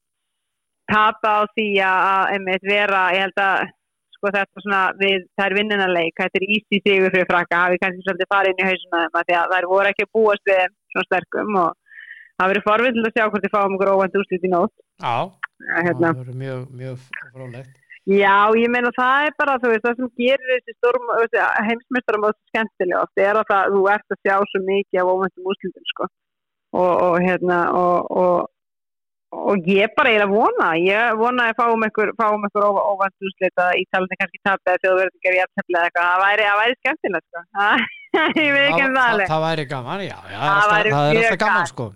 Speaker 3: tapa á því að að einmitt vera, ég held að sko þetta svona, við, það er vinnunarleik þetta er íst í sigur fyrir frakka hafi kannski svolítið farið inn í hausuna þeim af því að þær voru ekki að búast við þeim svona sterkum og það verið forvillin að sjá hvort þið fáum okkur óvænt úrslit í nótt
Speaker 1: já,
Speaker 3: Að hérna.
Speaker 1: það verður mjög, mjög frólegt.
Speaker 3: Já, ég meina það er bara þú veist, það sem gerir þessi storm heimsmeistaramóð skemmtilega oft er að það, þú ert að sjá svo mikið af óvæntum úrslitum sko. og, og hérna og, og, og ég bara er að vona ég vona að fáum ykkur, fáum ykkur ó- óvænt úrslit að ítalandi kannski tapja eða þjóðverðingar í aftefla eða eitthvað, það væri, það væri skemmtilegt sko. ég veit ekki um það
Speaker 1: það,
Speaker 3: alveg
Speaker 1: það væri gaman, já, já það,
Speaker 3: Það
Speaker 1: er alltaf,
Speaker 3: væri
Speaker 1: það er
Speaker 3: mjög
Speaker 1: alltaf gaman
Speaker 3: gaman.
Speaker 1: sko.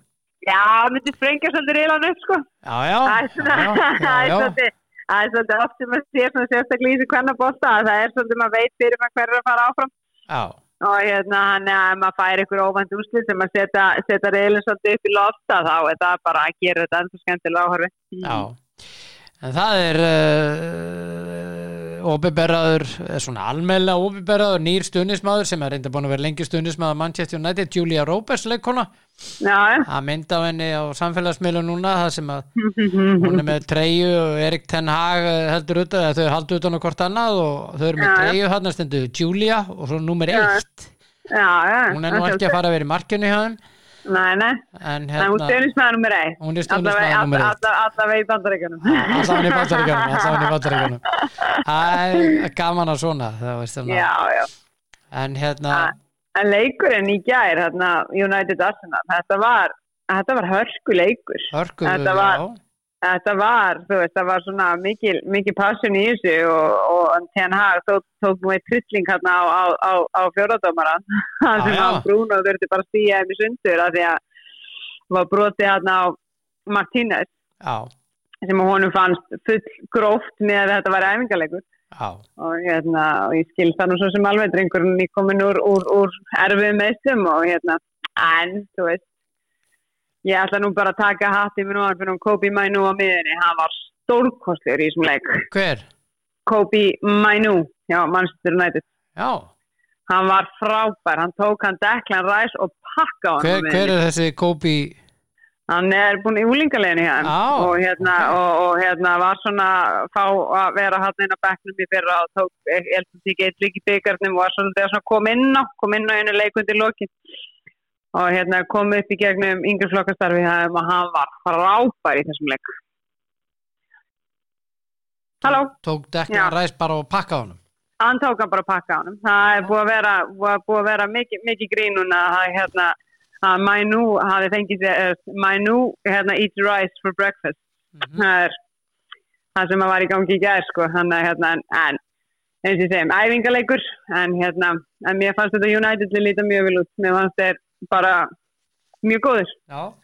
Speaker 3: Já, það myndi sprengja svolítið reilan upp sko.
Speaker 1: Já, já,
Speaker 3: Það er
Speaker 1: já,
Speaker 3: svona-
Speaker 1: já,
Speaker 3: það er
Speaker 1: já,
Speaker 3: svolítið- það er svolítið oft sem að sé svona sérstaklega í þessu kvennabósta að það er svolítið maður veit fyrir maður hverju að fara áfram
Speaker 1: já,
Speaker 3: og hérna hann er að ef maður fær ykkur óvænt úrslit sem að setja, setja reilin svolítið upp í lofta þá er það bara að gera þetta ennþá skemmtilega áhörfi
Speaker 1: já. En það er uh, opiðberraður, svona almennlega opiðberraður, nýr stunismadur sem er reynda búin að vera lengi stunismadur Manchester United, Julia Roberts leikona.
Speaker 3: Já, já.
Speaker 1: Það mynda á henni á samfélagsmiðlu núna, það sem að
Speaker 3: Mhm.
Speaker 1: hún er með treyju og Erik Ten Hag eh, heldur utan, eða þau haldur utan á hvort annað og þau eru með
Speaker 3: Já.
Speaker 1: treyju hann að stendu Julia og svo nummer eitt.
Speaker 3: já, já
Speaker 1: Hún er nú ekki að fara að vera í markinu hjá þeim
Speaker 3: Nei, nei,
Speaker 1: en
Speaker 3: hérna, hún
Speaker 1: hérna,
Speaker 3: stjórnismæður nummer 1
Speaker 1: Hún er stuðningsmaður númer eitt.
Speaker 3: Allavega í bandaríkanum
Speaker 1: allan í bandaríkjörnum, allan í bandaríkjörnum. Það er gaman að svona, um það veist þannig.
Speaker 3: Já, já
Speaker 1: En hérna,
Speaker 3: Ah. En leikurinn í gær, hérna, United Arsenal, þetta var, þetta var hörkuleikur.
Speaker 1: hörkuðu,
Speaker 3: Þetta var-
Speaker 1: já,
Speaker 3: Þetta var, þú veist, það var svona mikil, mikil passion í þessu og, og TNH tók, tók nú eitt trulling hérna á, á, á, á fjóradómaran. Það sem
Speaker 1: já.
Speaker 3: hann Bruno þurfti bara að stýja um í sundur af því að var brotið hérna á Martínez
Speaker 1: já,
Speaker 3: sem honum fannst full gróft með að þetta var æfingarleikur
Speaker 1: já,
Speaker 3: og hérna, og ég skil það nú svo sem alveg drengurinn er komin úr, úr, úr erfið meðstum og hérna, en, þú veist, ég ætla nú bara að taka hatt í minn og hann fyrir hún Kobi Mainu á miðinni, hann var stórkostlegur í þessum leik,
Speaker 1: hver?
Speaker 3: Kobi Mainu, já, mannstur nættið,
Speaker 1: Já,
Speaker 3: hann var frábær, hann tók hann deklan ræs og pakka á hann
Speaker 1: hver, hver er þessi Kobi?
Speaker 3: Hann er búin í úlingaleginu hjá hann
Speaker 1: Á,
Speaker 3: og, hérna,
Speaker 1: ok.
Speaker 3: og, og hérna var svona fá að vera hann inn á bekknum í fyrra og tók eldur tík eitt lík í byggarnum og var svolítið að svona kom inn á, kom inn á einu leikundi lokin og hérna kom upp í gegnum yngri flokkastarfi og hann var frábær í þessum leik. Halló?
Speaker 1: Tók
Speaker 3: Já.
Speaker 1: dekkan ræs bara og pakka á honum.
Speaker 3: hann tók hann bara að pakka á hann það er búið að vera, búið, búið að vera mikið, mikið grínun að það, hérna, að Mainu hafi fengið sér Mainu hérna, eat rice for breakfast
Speaker 1: Mhm.
Speaker 3: það er það sem að var í gangi í gær sko. hann, hérna, en, en eins og ég segjum, æfingaleikur en, hérna, en mér fannst þetta United líta mjög vel út mér fannst þeir bara mjög góður
Speaker 1: Já,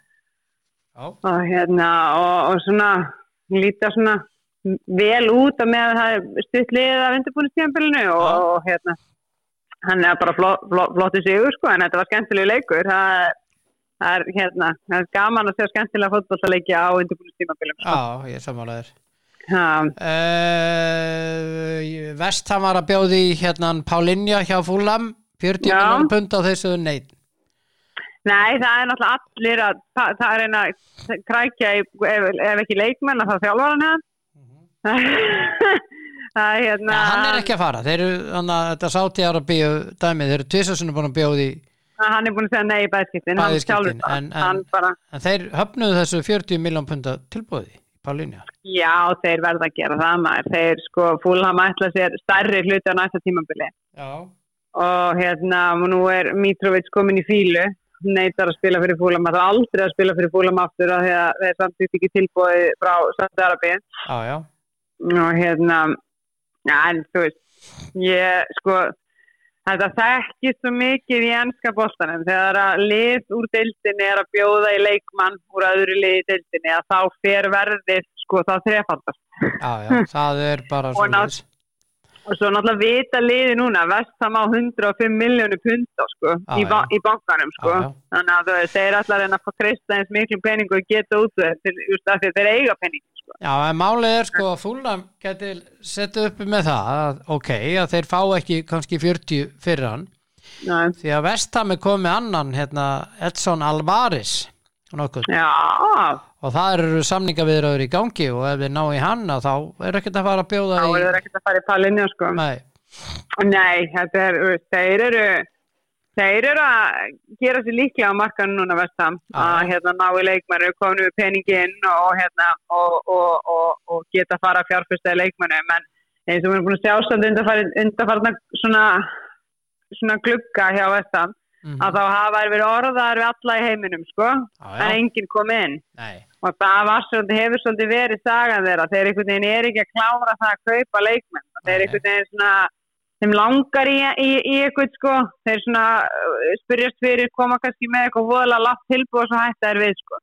Speaker 1: já,
Speaker 3: og, hérna, og, og svona líta svona vel út og með að það er stutt liðið af undirbúinustíðanbylunu og,
Speaker 1: Já.
Speaker 3: og hérna hann er bara flott, flott, flottu sigur sko en þetta var skemmtilegu leikur það, er- það er hérna, það er gaman að sjá skemmtilega fótballtaleikja á undirbúinustíðanbylum sko.
Speaker 1: já, ég er sammálaður.
Speaker 3: Það-
Speaker 1: Uh, Vestham var að bjóði hérna Pálinja hjá Fúlam 40
Speaker 3: Já.
Speaker 1: miljonar pund á þessu neitt
Speaker 3: Nei, það er náttúrulega allir að það það er einn að krækja í, ef, ef ekki leikmenn að það þjálfar hann hérna Það er hérna
Speaker 1: ja, Mhm. hann er ekki að fara, þeir eru hann að þetta sátti ára bíu dæmi þeir eru tvisasunum búin að bjóði
Speaker 3: hann er búin að segja nei í bæðskiptin
Speaker 1: Bæði
Speaker 3: hann
Speaker 1: skiptin,
Speaker 3: sjálfur bara-
Speaker 1: en- en-
Speaker 3: hann bara,
Speaker 1: en þeir höfnuðu þessu 40 miljonar pund tilbúði Pálinja
Speaker 3: já þeir verða að gera það maður þeir sko fúlham ætla sér stærri hluti á næsta tímabili
Speaker 1: Já,
Speaker 3: og hérna og nú er Mitrovic komin í fílu neytar að spila fyrir fúlham það er aldrei að spila fyrir fúlham aftur af því að þeir samtíkt ekki tilbúið frá Saudi-Arabi
Speaker 1: já, já,
Speaker 3: og hérna ja, en þú veist ég sko þetta þekkist svo mikið í ennska boltanum þegar að lið úr deildinni er að bjóða í leikmann úr öðru lið í deildinni að þá fer verðið sko það þrefaldast
Speaker 1: já, já það er bara
Speaker 3: Og ná-
Speaker 1: svoleiðis.
Speaker 3: og svo náttúrulega vita liði núna vestam á 105 miljónu punta sko,
Speaker 1: Já,
Speaker 3: í, ba
Speaker 1: já.
Speaker 3: í bankanum sko.
Speaker 1: Já, já.
Speaker 3: þannig að þú veist, þeir allar reyna að fá kreista eins miklu peningu og geta út úr þeim til, just, af því að þeir eiga pening sko.
Speaker 1: Já, en málið er sko að Fúlnam geti setja upp með það að, ok, að þeir fá ekki kannski 40 fyrir hann
Speaker 3: Já,
Speaker 1: því að Vestham er komið annan hérna, Edson Alvarez nokkuð,
Speaker 3: já
Speaker 1: og það eru samningaviðraður í gangi og ef þeir ná í hann að þá er ekkert að fara að bjóða
Speaker 3: þá
Speaker 1: í
Speaker 3: eru þeir ekkert að fara í palinja sko.
Speaker 1: Nei,
Speaker 3: Nei, þetta er, þú veist, þeir eru þeir eru að gera sér líklega á markanum núna vestam
Speaker 1: Já.
Speaker 3: að hérna ná í leikmannu, kominu við peningin og hérna og, og, og, og geta fara að fjárfyrstaði leikmannum en eins og við erum búin að sjá samt undanfari- undanfarna svona svona glugga hjá vestam
Speaker 1: mm
Speaker 3: að þá hafa þær verið orðaðar við alla í heiminum sko,
Speaker 1: Já, já.
Speaker 3: en enginn kom inn
Speaker 1: nei
Speaker 3: og það var svolítið, hefur svolítið verið sagan þeirra, þeir einhvern veginn er ekki að klára það að kaupa leikmenn, þeir
Speaker 1: Nei.
Speaker 3: einhvern veginn svona þeim langar í, í, í eitthvað sko, þeir svona uh, spyrjast fyrir koma kannski með eitthvað voðalega látt tilbúið og svo hætta þeir við sko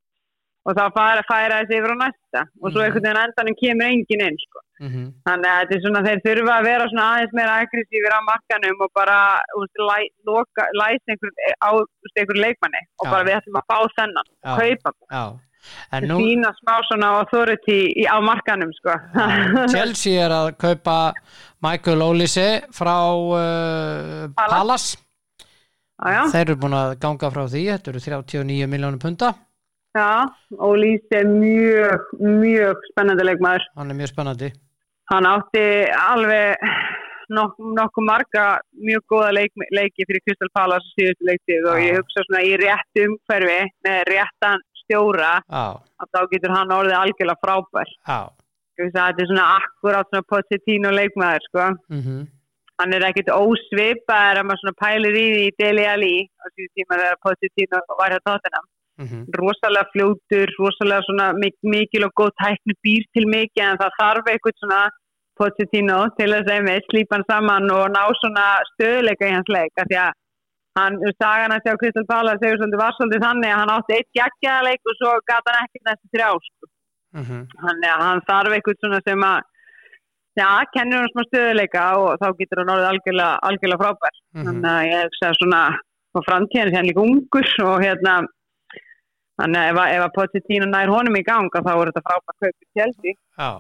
Speaker 3: og þá fara, færa þessi yfir á næsta og svo
Speaker 1: Mhm.
Speaker 3: einhvern veginn á endanum kemur engin inn sko
Speaker 1: mm
Speaker 3: þannig að þetta er svona, þeir þurfa að vera svona aðeins meira aggressífir á markanum og bara úst, læ, loka, læsa einhver, á úst, einhver leikmanni og
Speaker 1: Já.
Speaker 3: bara við ætlum að fá þennan
Speaker 1: Já.
Speaker 3: og kaupa
Speaker 1: Já, en
Speaker 3: Nú...
Speaker 1: nú
Speaker 3: sína smá svona authority í, á markanum sko.
Speaker 1: Eh, Chelsea er að kaupa Michael Olise frá uh,
Speaker 3: Palace.
Speaker 1: Palace
Speaker 3: já, já,
Speaker 1: Þeir eru búin að ganga frá því, þetta eru 39 miljónum punda
Speaker 3: já, og Lýsi er mjög, mjög spennandi leikmaður.
Speaker 1: hann er mjög spennandi
Speaker 3: Hann átti alveg nok nokkuð marga mjög góða leik leiki fyrir Crystal Palace síðustu leiktið og
Speaker 1: Já.
Speaker 3: ég hugsa svona í rétt umhverfi með réttan stjóra
Speaker 1: Já,
Speaker 3: að þá getur hann orðið algjörlega frábær.
Speaker 1: já
Speaker 3: Ég hugsa að Þetta er svona akkurát svona Pochettino leikmaður sko.
Speaker 1: mm
Speaker 3: hann er ekkert ósvipaður að maður svona pælir í því í Deli Ali á síðan tíma þegar Pochettino var hjá Tottenham
Speaker 1: mhm,
Speaker 3: rosalega fljótur, rosalega svona mik mikil og góð tækni býr til mikið en það þarf eitthvað svona Pochettino til þess að með slípa hann saman og ná svona stöðuleika í hans leik af því að hann, sagan að sjá Kristal Pála segur svolítið var svolítið þannig að hann átti eitt geggjaða leik og svo gata hann ekkert næstu þrjá sko
Speaker 1: mhm,
Speaker 3: hann, hann þarf eitthvað svona sem að já, kennir hann smá stöðuleika og þá getur hann orðið algjörlega, algjörlega frábær þannig að ég hugsa svona og framtíðan sem líka ungur og hérna þannig að ef, að- ef að Pochettino nær honum í ganga þá voru þetta frábær kaupið tjeldi
Speaker 1: Já,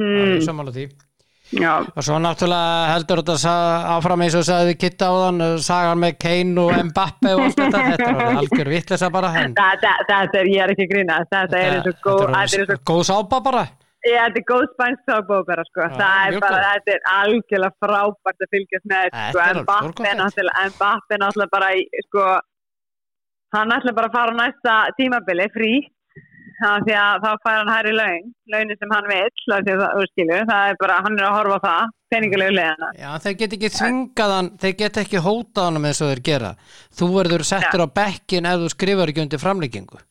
Speaker 1: það er
Speaker 3: hmm,
Speaker 1: sammála því
Speaker 3: já,
Speaker 1: Og svo náttúrulega heldur þetta sa- áfram eins og sagði við kitta á þann sagan með Kane og Mbappe og allt þetta þetta er orðið algjör vitlesa bara henn
Speaker 3: þetta, þetta er, ég er ekki að grýna þetta er eins og góð þetta er eins og
Speaker 1: góð sápa bara
Speaker 3: Já, þetta er góð spænsk sábóbera sko.
Speaker 1: Já,
Speaker 3: það er
Speaker 1: mjög
Speaker 3: bara,
Speaker 1: góð.
Speaker 3: þetta er algjörlega frábært að fylgjast með
Speaker 1: Þetta
Speaker 3: sko.
Speaker 1: er
Speaker 3: en
Speaker 1: alveg
Speaker 3: Bappi
Speaker 1: stórkostlegt.
Speaker 3: náttúrulega en Bappi náttúrulega bara í, sko, hann ætla bara að fara á næsta tímabili frí af því að þá fær hann hærri laun launin sem hann vill af því að það, skilu, það er bara, hann er að horfa á það peningalegu leðina
Speaker 1: Já, þeir get ekki þvingaðan þeir get ekki hótaðanum eins og þeir gera Þú verður settur á bekkin ef þú skrifar ekki undir framlíkingu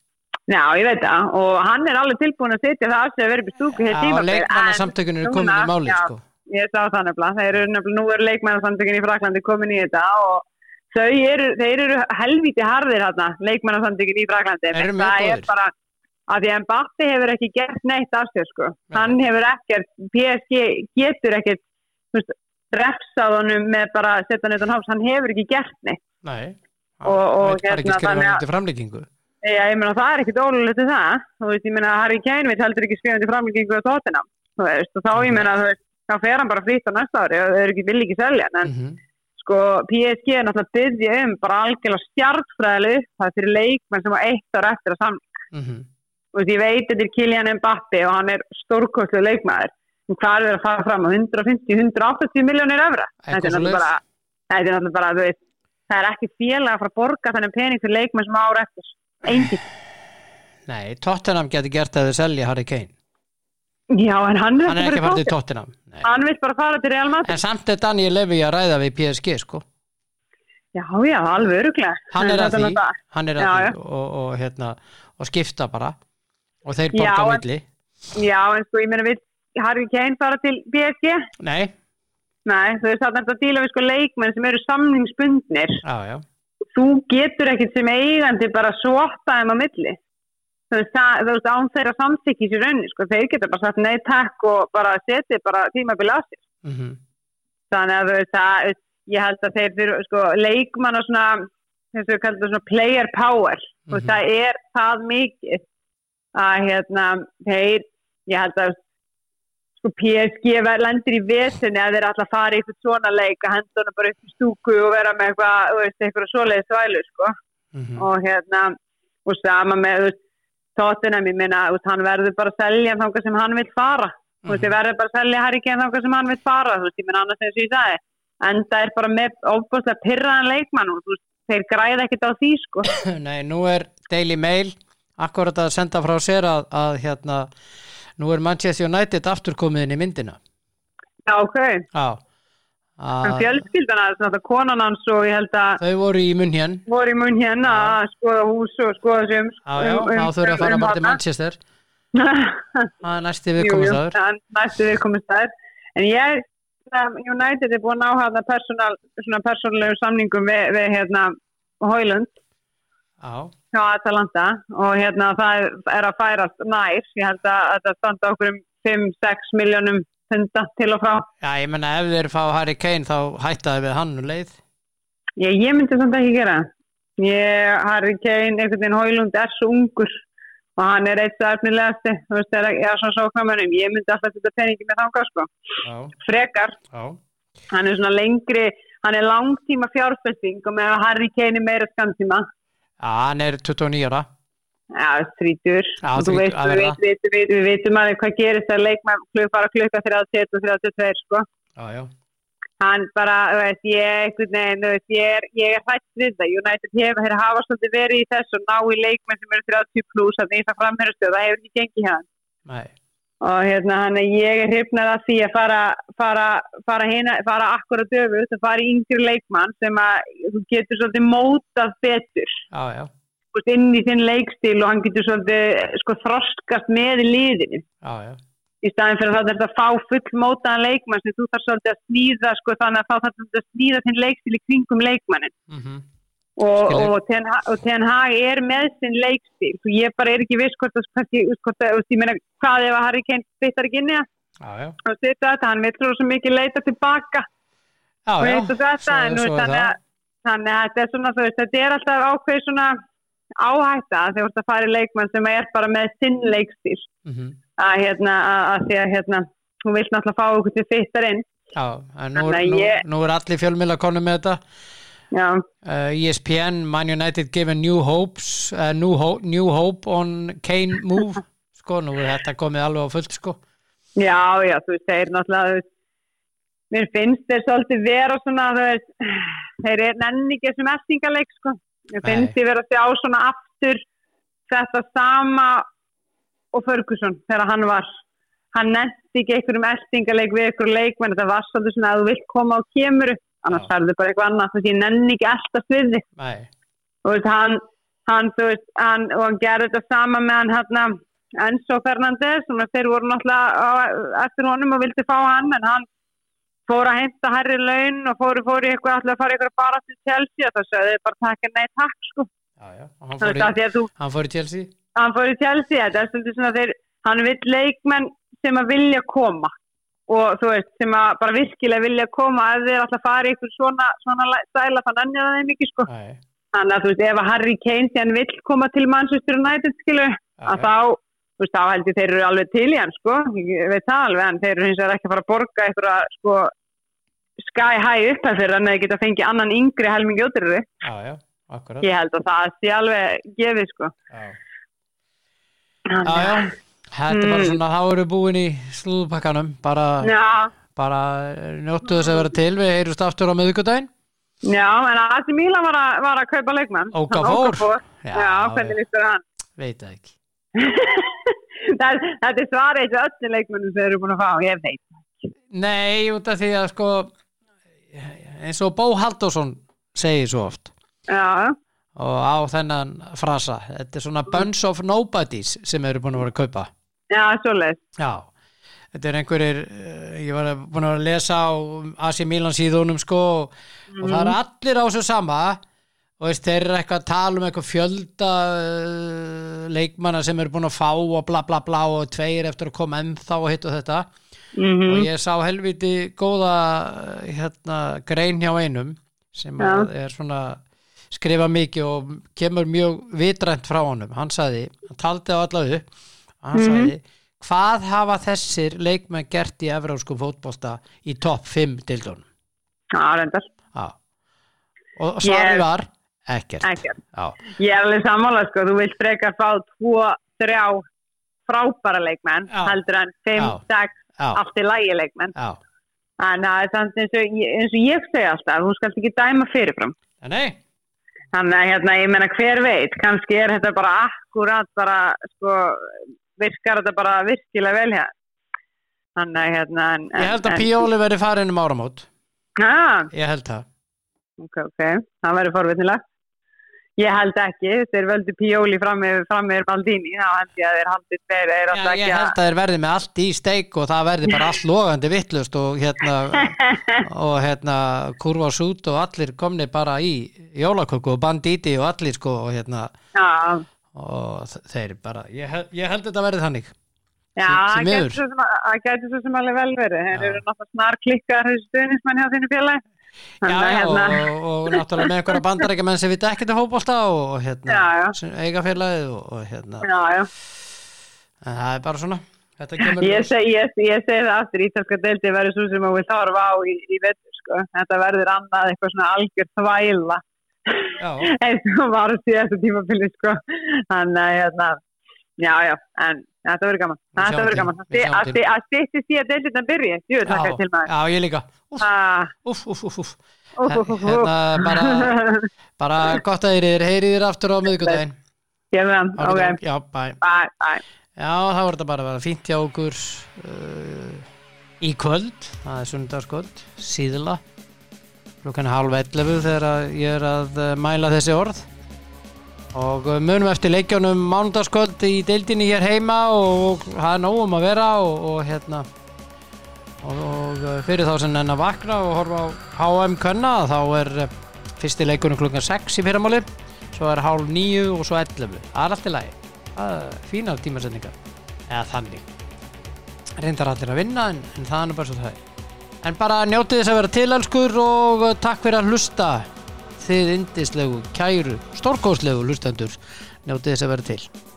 Speaker 3: Já, ég veit það og hann er alveg tilbúin að setja það af sig að vera upp í stúku hér
Speaker 1: Já,
Speaker 3: tímabili
Speaker 1: leikmannasamtökin eru komin í máli
Speaker 3: já,
Speaker 1: sko.
Speaker 3: Ég sá það nefnilega. Þeir eru nefnilega, nú eru leikmennarsamtökin í Fraklandi komin í þetta og þau eru, þeir eru helviti harðir hérna, leikmennarsamtökin í Fraklandi.
Speaker 1: Þeir eru
Speaker 3: En
Speaker 1: mjög
Speaker 3: það
Speaker 1: góðir.
Speaker 3: er bara að því að Mbappi hefur ekki gert neitt af sér sko.
Speaker 1: Nei.
Speaker 3: Hann hefur ekkert, PSG getur ekkert, þú veist, refsað honum með bara að setja hann utan háls. Hann hefur ekki gert neitt.
Speaker 1: Nei,
Speaker 3: Og- og
Speaker 1: veit bara ekki
Speaker 3: hérna,
Speaker 1: skrifa
Speaker 3: þannig að-
Speaker 1: undir framlíkingu
Speaker 3: Já, ég meina það er ekkert ólulegt til það. Þú veist, ég meina Harry Kane veit heldur ekki skrifandi framlengingu á tóttina. Þú veist, og þá ég meina, þú veist, þá fer hann bara frýtt á næsta ári og þau eru ekki vilja ekki selja. hann. En
Speaker 1: mm
Speaker 3: sko, PSG er náttúrulega byggja um bara algjörlega stjartfræðileg það er fyrir leikmenn sem á eitt ára eftir að samla.
Speaker 1: -hmm.
Speaker 3: Þú veist, ég veit þetta er Kylian Mbappi og hann er stórkostlu leikmaður. En hvað er verið að fara fram á 150-180 miljónir evra?
Speaker 1: Eitthvað
Speaker 3: Þetta er
Speaker 1: svoleiðis.
Speaker 3: náttúrulega bara, þetta er náttúrulega bara, þú veist, það er ekki félag að fara að borga þennan pening fyrir leikmenn sem á ára eftir. Engin
Speaker 1: Nei, Tottenham getur gert að þau selja Harry Kane
Speaker 3: Já, en hann er
Speaker 1: Hann er
Speaker 3: ekki
Speaker 1: ekki
Speaker 3: bara
Speaker 1: fært í
Speaker 3: tótt.
Speaker 1: Tottenham Nei.
Speaker 3: Hann vil bara fara til Real Madrid.
Speaker 1: En samt er Daniel Levy að ræða við PSG sko
Speaker 3: Já, já, alveg öruglega.
Speaker 1: hann er að því, hann er að
Speaker 3: Já, já.
Speaker 1: því og, og, hérna, og skipta bara og þeir
Speaker 3: Já,
Speaker 1: borga á
Speaker 3: en-
Speaker 1: milli
Speaker 3: Já, en sko, ég meina við, Harry Kane fara til PSG?
Speaker 1: nei,
Speaker 3: Nei, þú veist, það er þetta að díla við sko leikmenn sem eru samningsbundnir.
Speaker 1: já, já,
Speaker 3: Þú getur ekkit sem eigandi bara svoppa þeim á milli. Þú veist, það, þú veist, án þeirra samþykki sér raunni, sko, þeir geta bara sagt nei takk og bara setið bara tímabili af sér.
Speaker 1: mm
Speaker 3: þannig að þú veist það, þú veist, ég held að þeir þurfa, sko, leikmann og svona, þess að við kallum það svona player power, mm
Speaker 1: Mhm.
Speaker 3: og það er það mikið að hérna, þeir, ég held að sko PSG ver- lendir í vesinni að þeir alltaf fara í eitthvað svona leik að henda honum bara upp í stúku og vera með eitthvað, þú veist, eitthvað svoleiðis vælu, sko
Speaker 1: mhm,
Speaker 3: og hérna og sama með þú veist, Tottenham, ég meina, þú veist, hann verður bara að selja þangar sem hann vil fara þú veist,
Speaker 1: Mhm.
Speaker 3: ég verður bara að selja Harry Kane þangar sem hann vil fara þú veist, ég meina annars eins og ég sagði en það er bara með ofbúslega pyrraðan leikmann og þú veist, þeir græða ekkert á því sko
Speaker 1: Nei, nú er Daily Mail akkurat að senda frá sér að, að hérna, nú er Manchester United aftur komið inn í myndina
Speaker 3: já, ok,
Speaker 1: Já
Speaker 3: en
Speaker 1: að,
Speaker 3: fjölskyldan hans, náttúrulega konan hans og ég held að
Speaker 1: Þau voru í munn hér
Speaker 3: voru í mun hérna að skoða hús og skoða sér um
Speaker 1: Já, já, þá þurfa að fara bara til Manchester
Speaker 3: mann
Speaker 1: Það er næsti viðkomast aður
Speaker 3: Jú, jú, næstu viðkomistæður. En ég, um, United er búin að áhafa persónal, svona persónulegu samningum við, við hérna, Hoylund
Speaker 1: Já,
Speaker 3: hjá Atalanta og hérna það er, er að færast nær. Ég held að þetta standa okkur um 5-6 miljónum funda til og frá.
Speaker 1: já, ég menna ef þeir fá Harry Kane þá hættaði við hann um leið
Speaker 3: Ég, ég myndi samt ekki gera það. Ég, Harry Kane, einhvern veginn Hoylund er svo ungur og hann er eitt af efnilegasti, þú veist, er, er svona sóknamönum. Ég myndi alltaf þetta peningi með þangað, sko.
Speaker 1: Já,
Speaker 3: Frekar
Speaker 1: já,
Speaker 3: hann er svona lengri, hann er langtíma fjárfesting og með Harry Kane er meira skamtíma,
Speaker 1: já hann er 29 ára
Speaker 3: já, þrítur
Speaker 1: Já,
Speaker 3: og þú
Speaker 1: þrítur,
Speaker 3: veist,
Speaker 1: að
Speaker 3: við,
Speaker 1: verða.
Speaker 3: við, við, við, við vitum aðeins hvað gerist að leikmann flug fara klukka 31 og 32 sko,
Speaker 1: Já, já,
Speaker 3: hann bara, þú veist, ég einhvern veginn, þú veist, ég er, ég er hætt við það, United hefur, þeir hafa svolítið verið í þess og ná í leikmann sem eru 30 pluss þannig að það framherstu og það hefur ekki gengið hérna
Speaker 1: nei
Speaker 3: og hérna hann að ég er hrifnað að því að fara, fara, fara, hina, fara akkur að döfu að fara í yngri leikmann sem að þú getur svolítið mótað betur
Speaker 1: Já, já,
Speaker 3: þú veist, inn í þinn leikstíl og hann getur svolítið sko, þroskast með í liðinu
Speaker 1: já, já
Speaker 3: í staðin fyrir að það er að fá fullmótaðan leikmann sem þú þarf svolítið að snýða sko, þannig að þá þarf svolítið að snýða þinn leikstíl í kringum leikmannin
Speaker 1: mm
Speaker 3: og,
Speaker 1: Skilur.
Speaker 3: og, ten, og Ten Hag er með sinn leikstíl og ég bara er ekki viss hvort að kannski, hvort að, þú veist, ég meina, hvað ef að Harry Kane byttar ekki inn í það
Speaker 1: Já, já,
Speaker 3: og setja þetta, hann vil svo mikið leita tilbaka
Speaker 1: já,
Speaker 3: og
Speaker 1: já
Speaker 3: eins og þetta, en nú
Speaker 1: svo er
Speaker 3: þannig
Speaker 1: það
Speaker 3: að þannig að þetta er svona, þú veist, þetta er alltaf ákveð svona áhætta þegar þú ert að fara í leikmann sem er bara með sinn leikstíl
Speaker 1: Mhm.
Speaker 3: að hérna, að, að því að hérna hún vill náttúrulega fá okkur til fyttar inn
Speaker 1: Já, en nú,
Speaker 3: Þannig að
Speaker 1: nú,
Speaker 3: ég-
Speaker 1: nú er allir fjölmiðla konum með þetta
Speaker 3: já,
Speaker 1: uh, ESPN, Man United given new hopes uh, new, ho new hope on Kane move sko, nú er þetta komið alveg á fullt sko
Speaker 3: já, já, þú veist, þeir náttúrulega þú veist, mér finnst þeir svolítið vera svona, þú veist þeir er nenni ekki þessum eftingaleik sko. mér
Speaker 1: Nei.
Speaker 3: finnst þeir vera að sjá svona aftur þetta sama og Ferguson þegar hann var hann nefndi ekki einhverjum eltingaleik við einhverjum leikmenn, þetta var svolítið svona að þú vilt koma á kemuru, annars
Speaker 1: Já.
Speaker 3: færðu bara eitthvað annað, þú veist, ég nenni ekki alltaf við þig
Speaker 1: Nei,
Speaker 3: þú veist, hann, hann, þú veist, hann, og hann gerði þetta sama með hann hérna Enzo Fernandez, sem að þeir voru náttúrulega á, eftir honum og vildi fá hann, en hann fór að heimta herri laun og fóru, fóru í eitthvað, alltaf að fara í eitthvað bara til Chelsea og það sagði þeir bara takk en nei takk, sko.
Speaker 1: já, já og hann
Speaker 3: Þú
Speaker 1: fór
Speaker 3: veist, af
Speaker 1: í,
Speaker 3: því að þú,
Speaker 1: hann fór í Chelsea
Speaker 3: hann fór í Chelsea, þetta er svolítið svona þeir, hann vill leikmenn sem að vilja koma og þú veist, sem að bara virkilega vilja koma ef þeir alltaf fara í eitthvað svona, svona læ- stæla, þannig annir að þeim ekki, sko.
Speaker 1: Nei,
Speaker 3: Þannig að þú veist, ef að Harry Kane síðan vill koma til Manchester United, skilu,
Speaker 1: já,
Speaker 3: að þá, þú veist, þá heldur þeir eru alveg til í hann, sko, ég veit það alveg, en þeir eru hins vegar ekki að fara að borga einhverja, sko, sky high upp fyrir hann eða geta fengið annan yngri helmingi ótrúri.
Speaker 1: já, já, akkurat
Speaker 3: Ég held að það sé alveg gefið, sko.
Speaker 1: já. já, já, þetta er bara
Speaker 3: Mm.
Speaker 1: svona þá eru búin í slúðpakkanum bara,
Speaker 3: Já,
Speaker 1: bara njóttu þess að vera til við heyrjumst aftur á miðvikudaginn
Speaker 3: já, en að þessi Mílan var, að- var að kaupa leikmann.
Speaker 1: Okafor.
Speaker 3: Okafor.
Speaker 1: Já,
Speaker 3: Já, hvernig
Speaker 1: ég-
Speaker 3: lístur hann?
Speaker 1: veit það ekki
Speaker 3: Það er- Þetta er svarið til öllu leikmannum sem þeir eru búin að fá, ég veit.
Speaker 1: Nei, út af því að sko eins og Bó Halldórsson segir svo oft
Speaker 3: Já,
Speaker 1: og á þennan frasa þetta er svona bunch of nobodies sem eru búin að vera að kaupa
Speaker 3: já, svoleiðis.
Speaker 1: já, þetta er einhverjir eh, ég var að- búin að vera að lesa á Asi Milan síðunum sko og, og það er allir á þessu sama og veist, þeir eru eitthvað að tala um eitthvað fjölda eh, uh, leikmanna sem eru búin að fá og bla bla bla og tveir eftir að koma ennþá og hitt og þetta
Speaker 3: mm
Speaker 1: og ég sá helviti góða hérna, grein hjá einum sem
Speaker 3: Já.
Speaker 1: að er svona skrifa mikið og kemur mjög vitrænt frá honum, hann sagði hann taldi á alla upp
Speaker 3: Mhm.
Speaker 1: hann sagði, hvað hafa þessir leikmenn gert í evróskum fótbolta í topp 5 dildunum
Speaker 3: Já, reyndar,
Speaker 1: Já. og svarið
Speaker 3: Ég-
Speaker 1: var ekkert,
Speaker 3: ekkert.
Speaker 1: Já.
Speaker 3: Ég er alveg sammála, sko, þú vilt frekar fá tvo, þrjá frábæra leikmenn,
Speaker 1: Já.
Speaker 3: heldur en 5,
Speaker 1: Já.
Speaker 3: 6,
Speaker 1: Já.
Speaker 3: allt í lægi leikmenn.
Speaker 1: Já.
Speaker 3: En það er samt eins og, eins og ég segi alltaf, hún skal ekki dæma fyrirfram.
Speaker 1: En nei,
Speaker 3: Þannig að hérna, ég meina hver veit, kannski er þetta bara akkurat bara, sko, virkar þetta bara virkilega vel hér. Þannig að hérna... En,
Speaker 1: ég held að
Speaker 3: en-
Speaker 1: Píóli veri farin um áramót
Speaker 3: Ah,
Speaker 1: ég held það
Speaker 3: ok, ok, það verður forvitnilegt. Ég held ekki, þeir völdu Píóli fram yfir, fram yfir Maldini, þá held ég að þeir haldið þeir
Speaker 1: Já,
Speaker 3: er alltaf
Speaker 1: ég
Speaker 3: ekki
Speaker 1: held að þeir verði með allt í steik og það verði bara allt logandi vittlust og hérna og hérna kurvas út og allir komni bara í jólaköku og bandíti og allir sko og hérna
Speaker 3: Já,
Speaker 1: og þ- þeir bara, ég, hel- ég held þetta verði þannig Því- því
Speaker 3: já, það
Speaker 1: miður.
Speaker 3: gæti svo sem- það gæti svo sem alveg vel verið. Þeir
Speaker 1: Já.
Speaker 3: eru náttúrulega snar klikkar þessu stuðnismenn hjá þínu félagi.
Speaker 1: Já,
Speaker 3: Þannig að,
Speaker 1: já,
Speaker 3: hérna,
Speaker 1: og, og náttúrulega með einhverja bandarækjumenn sem við ekkert að hópasta og og hérna
Speaker 3: Já, já.
Speaker 1: sem eigafélagið og, og hérna
Speaker 3: já, já.
Speaker 1: en það er bara svona, þetta kemur
Speaker 3: Ég segi, ég, ég segi það aftur, ítalska deildi verður svo sem að við þarfa á í, í vetur sko. Þetta verður annað eitthvað svona algjör þvæla
Speaker 1: já,
Speaker 3: eins og var síðasta tímabili sko. Þannig að, hérna, já, já, en þetta verður gaman.
Speaker 1: Við
Speaker 3: Þetta
Speaker 1: sjáum
Speaker 3: verður
Speaker 1: til,
Speaker 3: gaman.
Speaker 1: við sjáum
Speaker 3: Að-
Speaker 1: til.
Speaker 3: Að stýtti síða deildina byrji, jú,
Speaker 1: já,
Speaker 3: takk til maður.
Speaker 1: já, ég líka úf,
Speaker 3: Ah,
Speaker 1: úf, úf, úf, úf.
Speaker 3: úf, úf, úf, úf.
Speaker 1: Hérna, bara, bara gott að þér er heyrið þér aftur á miðgudaginn
Speaker 3: Ég meðan, ok,
Speaker 1: já, bæ
Speaker 3: bye, bye.
Speaker 1: Já, það voru þetta bara að vera fínt hjá okkur uh, í kvöld, það er sunnudagskvöld, síðla, klukkan er halv 11 þegar að ég er að uh, mæla þessi orð og uh, munum eftir leikjónum mánudagskvöld í deildinni hér heima og og það er nógum að vera og, og hérna og, og uh, fyrir þá sem enn að vakna og horfa á HM Könna þá er uh, fyrsti leikunum klukkan 6 í fyrramáli svo er hálf 9 og svo 11 það er allt í lagi það er fínar tímasendingar eða þannig reyndar allir að vinna en, en það er nú bara svo það er en bara njótið þess að vera til elskur og uh, takk fyrir að hlusta þið indislegu, kæru, stórkóslegu hlustendur njótið þess að vera til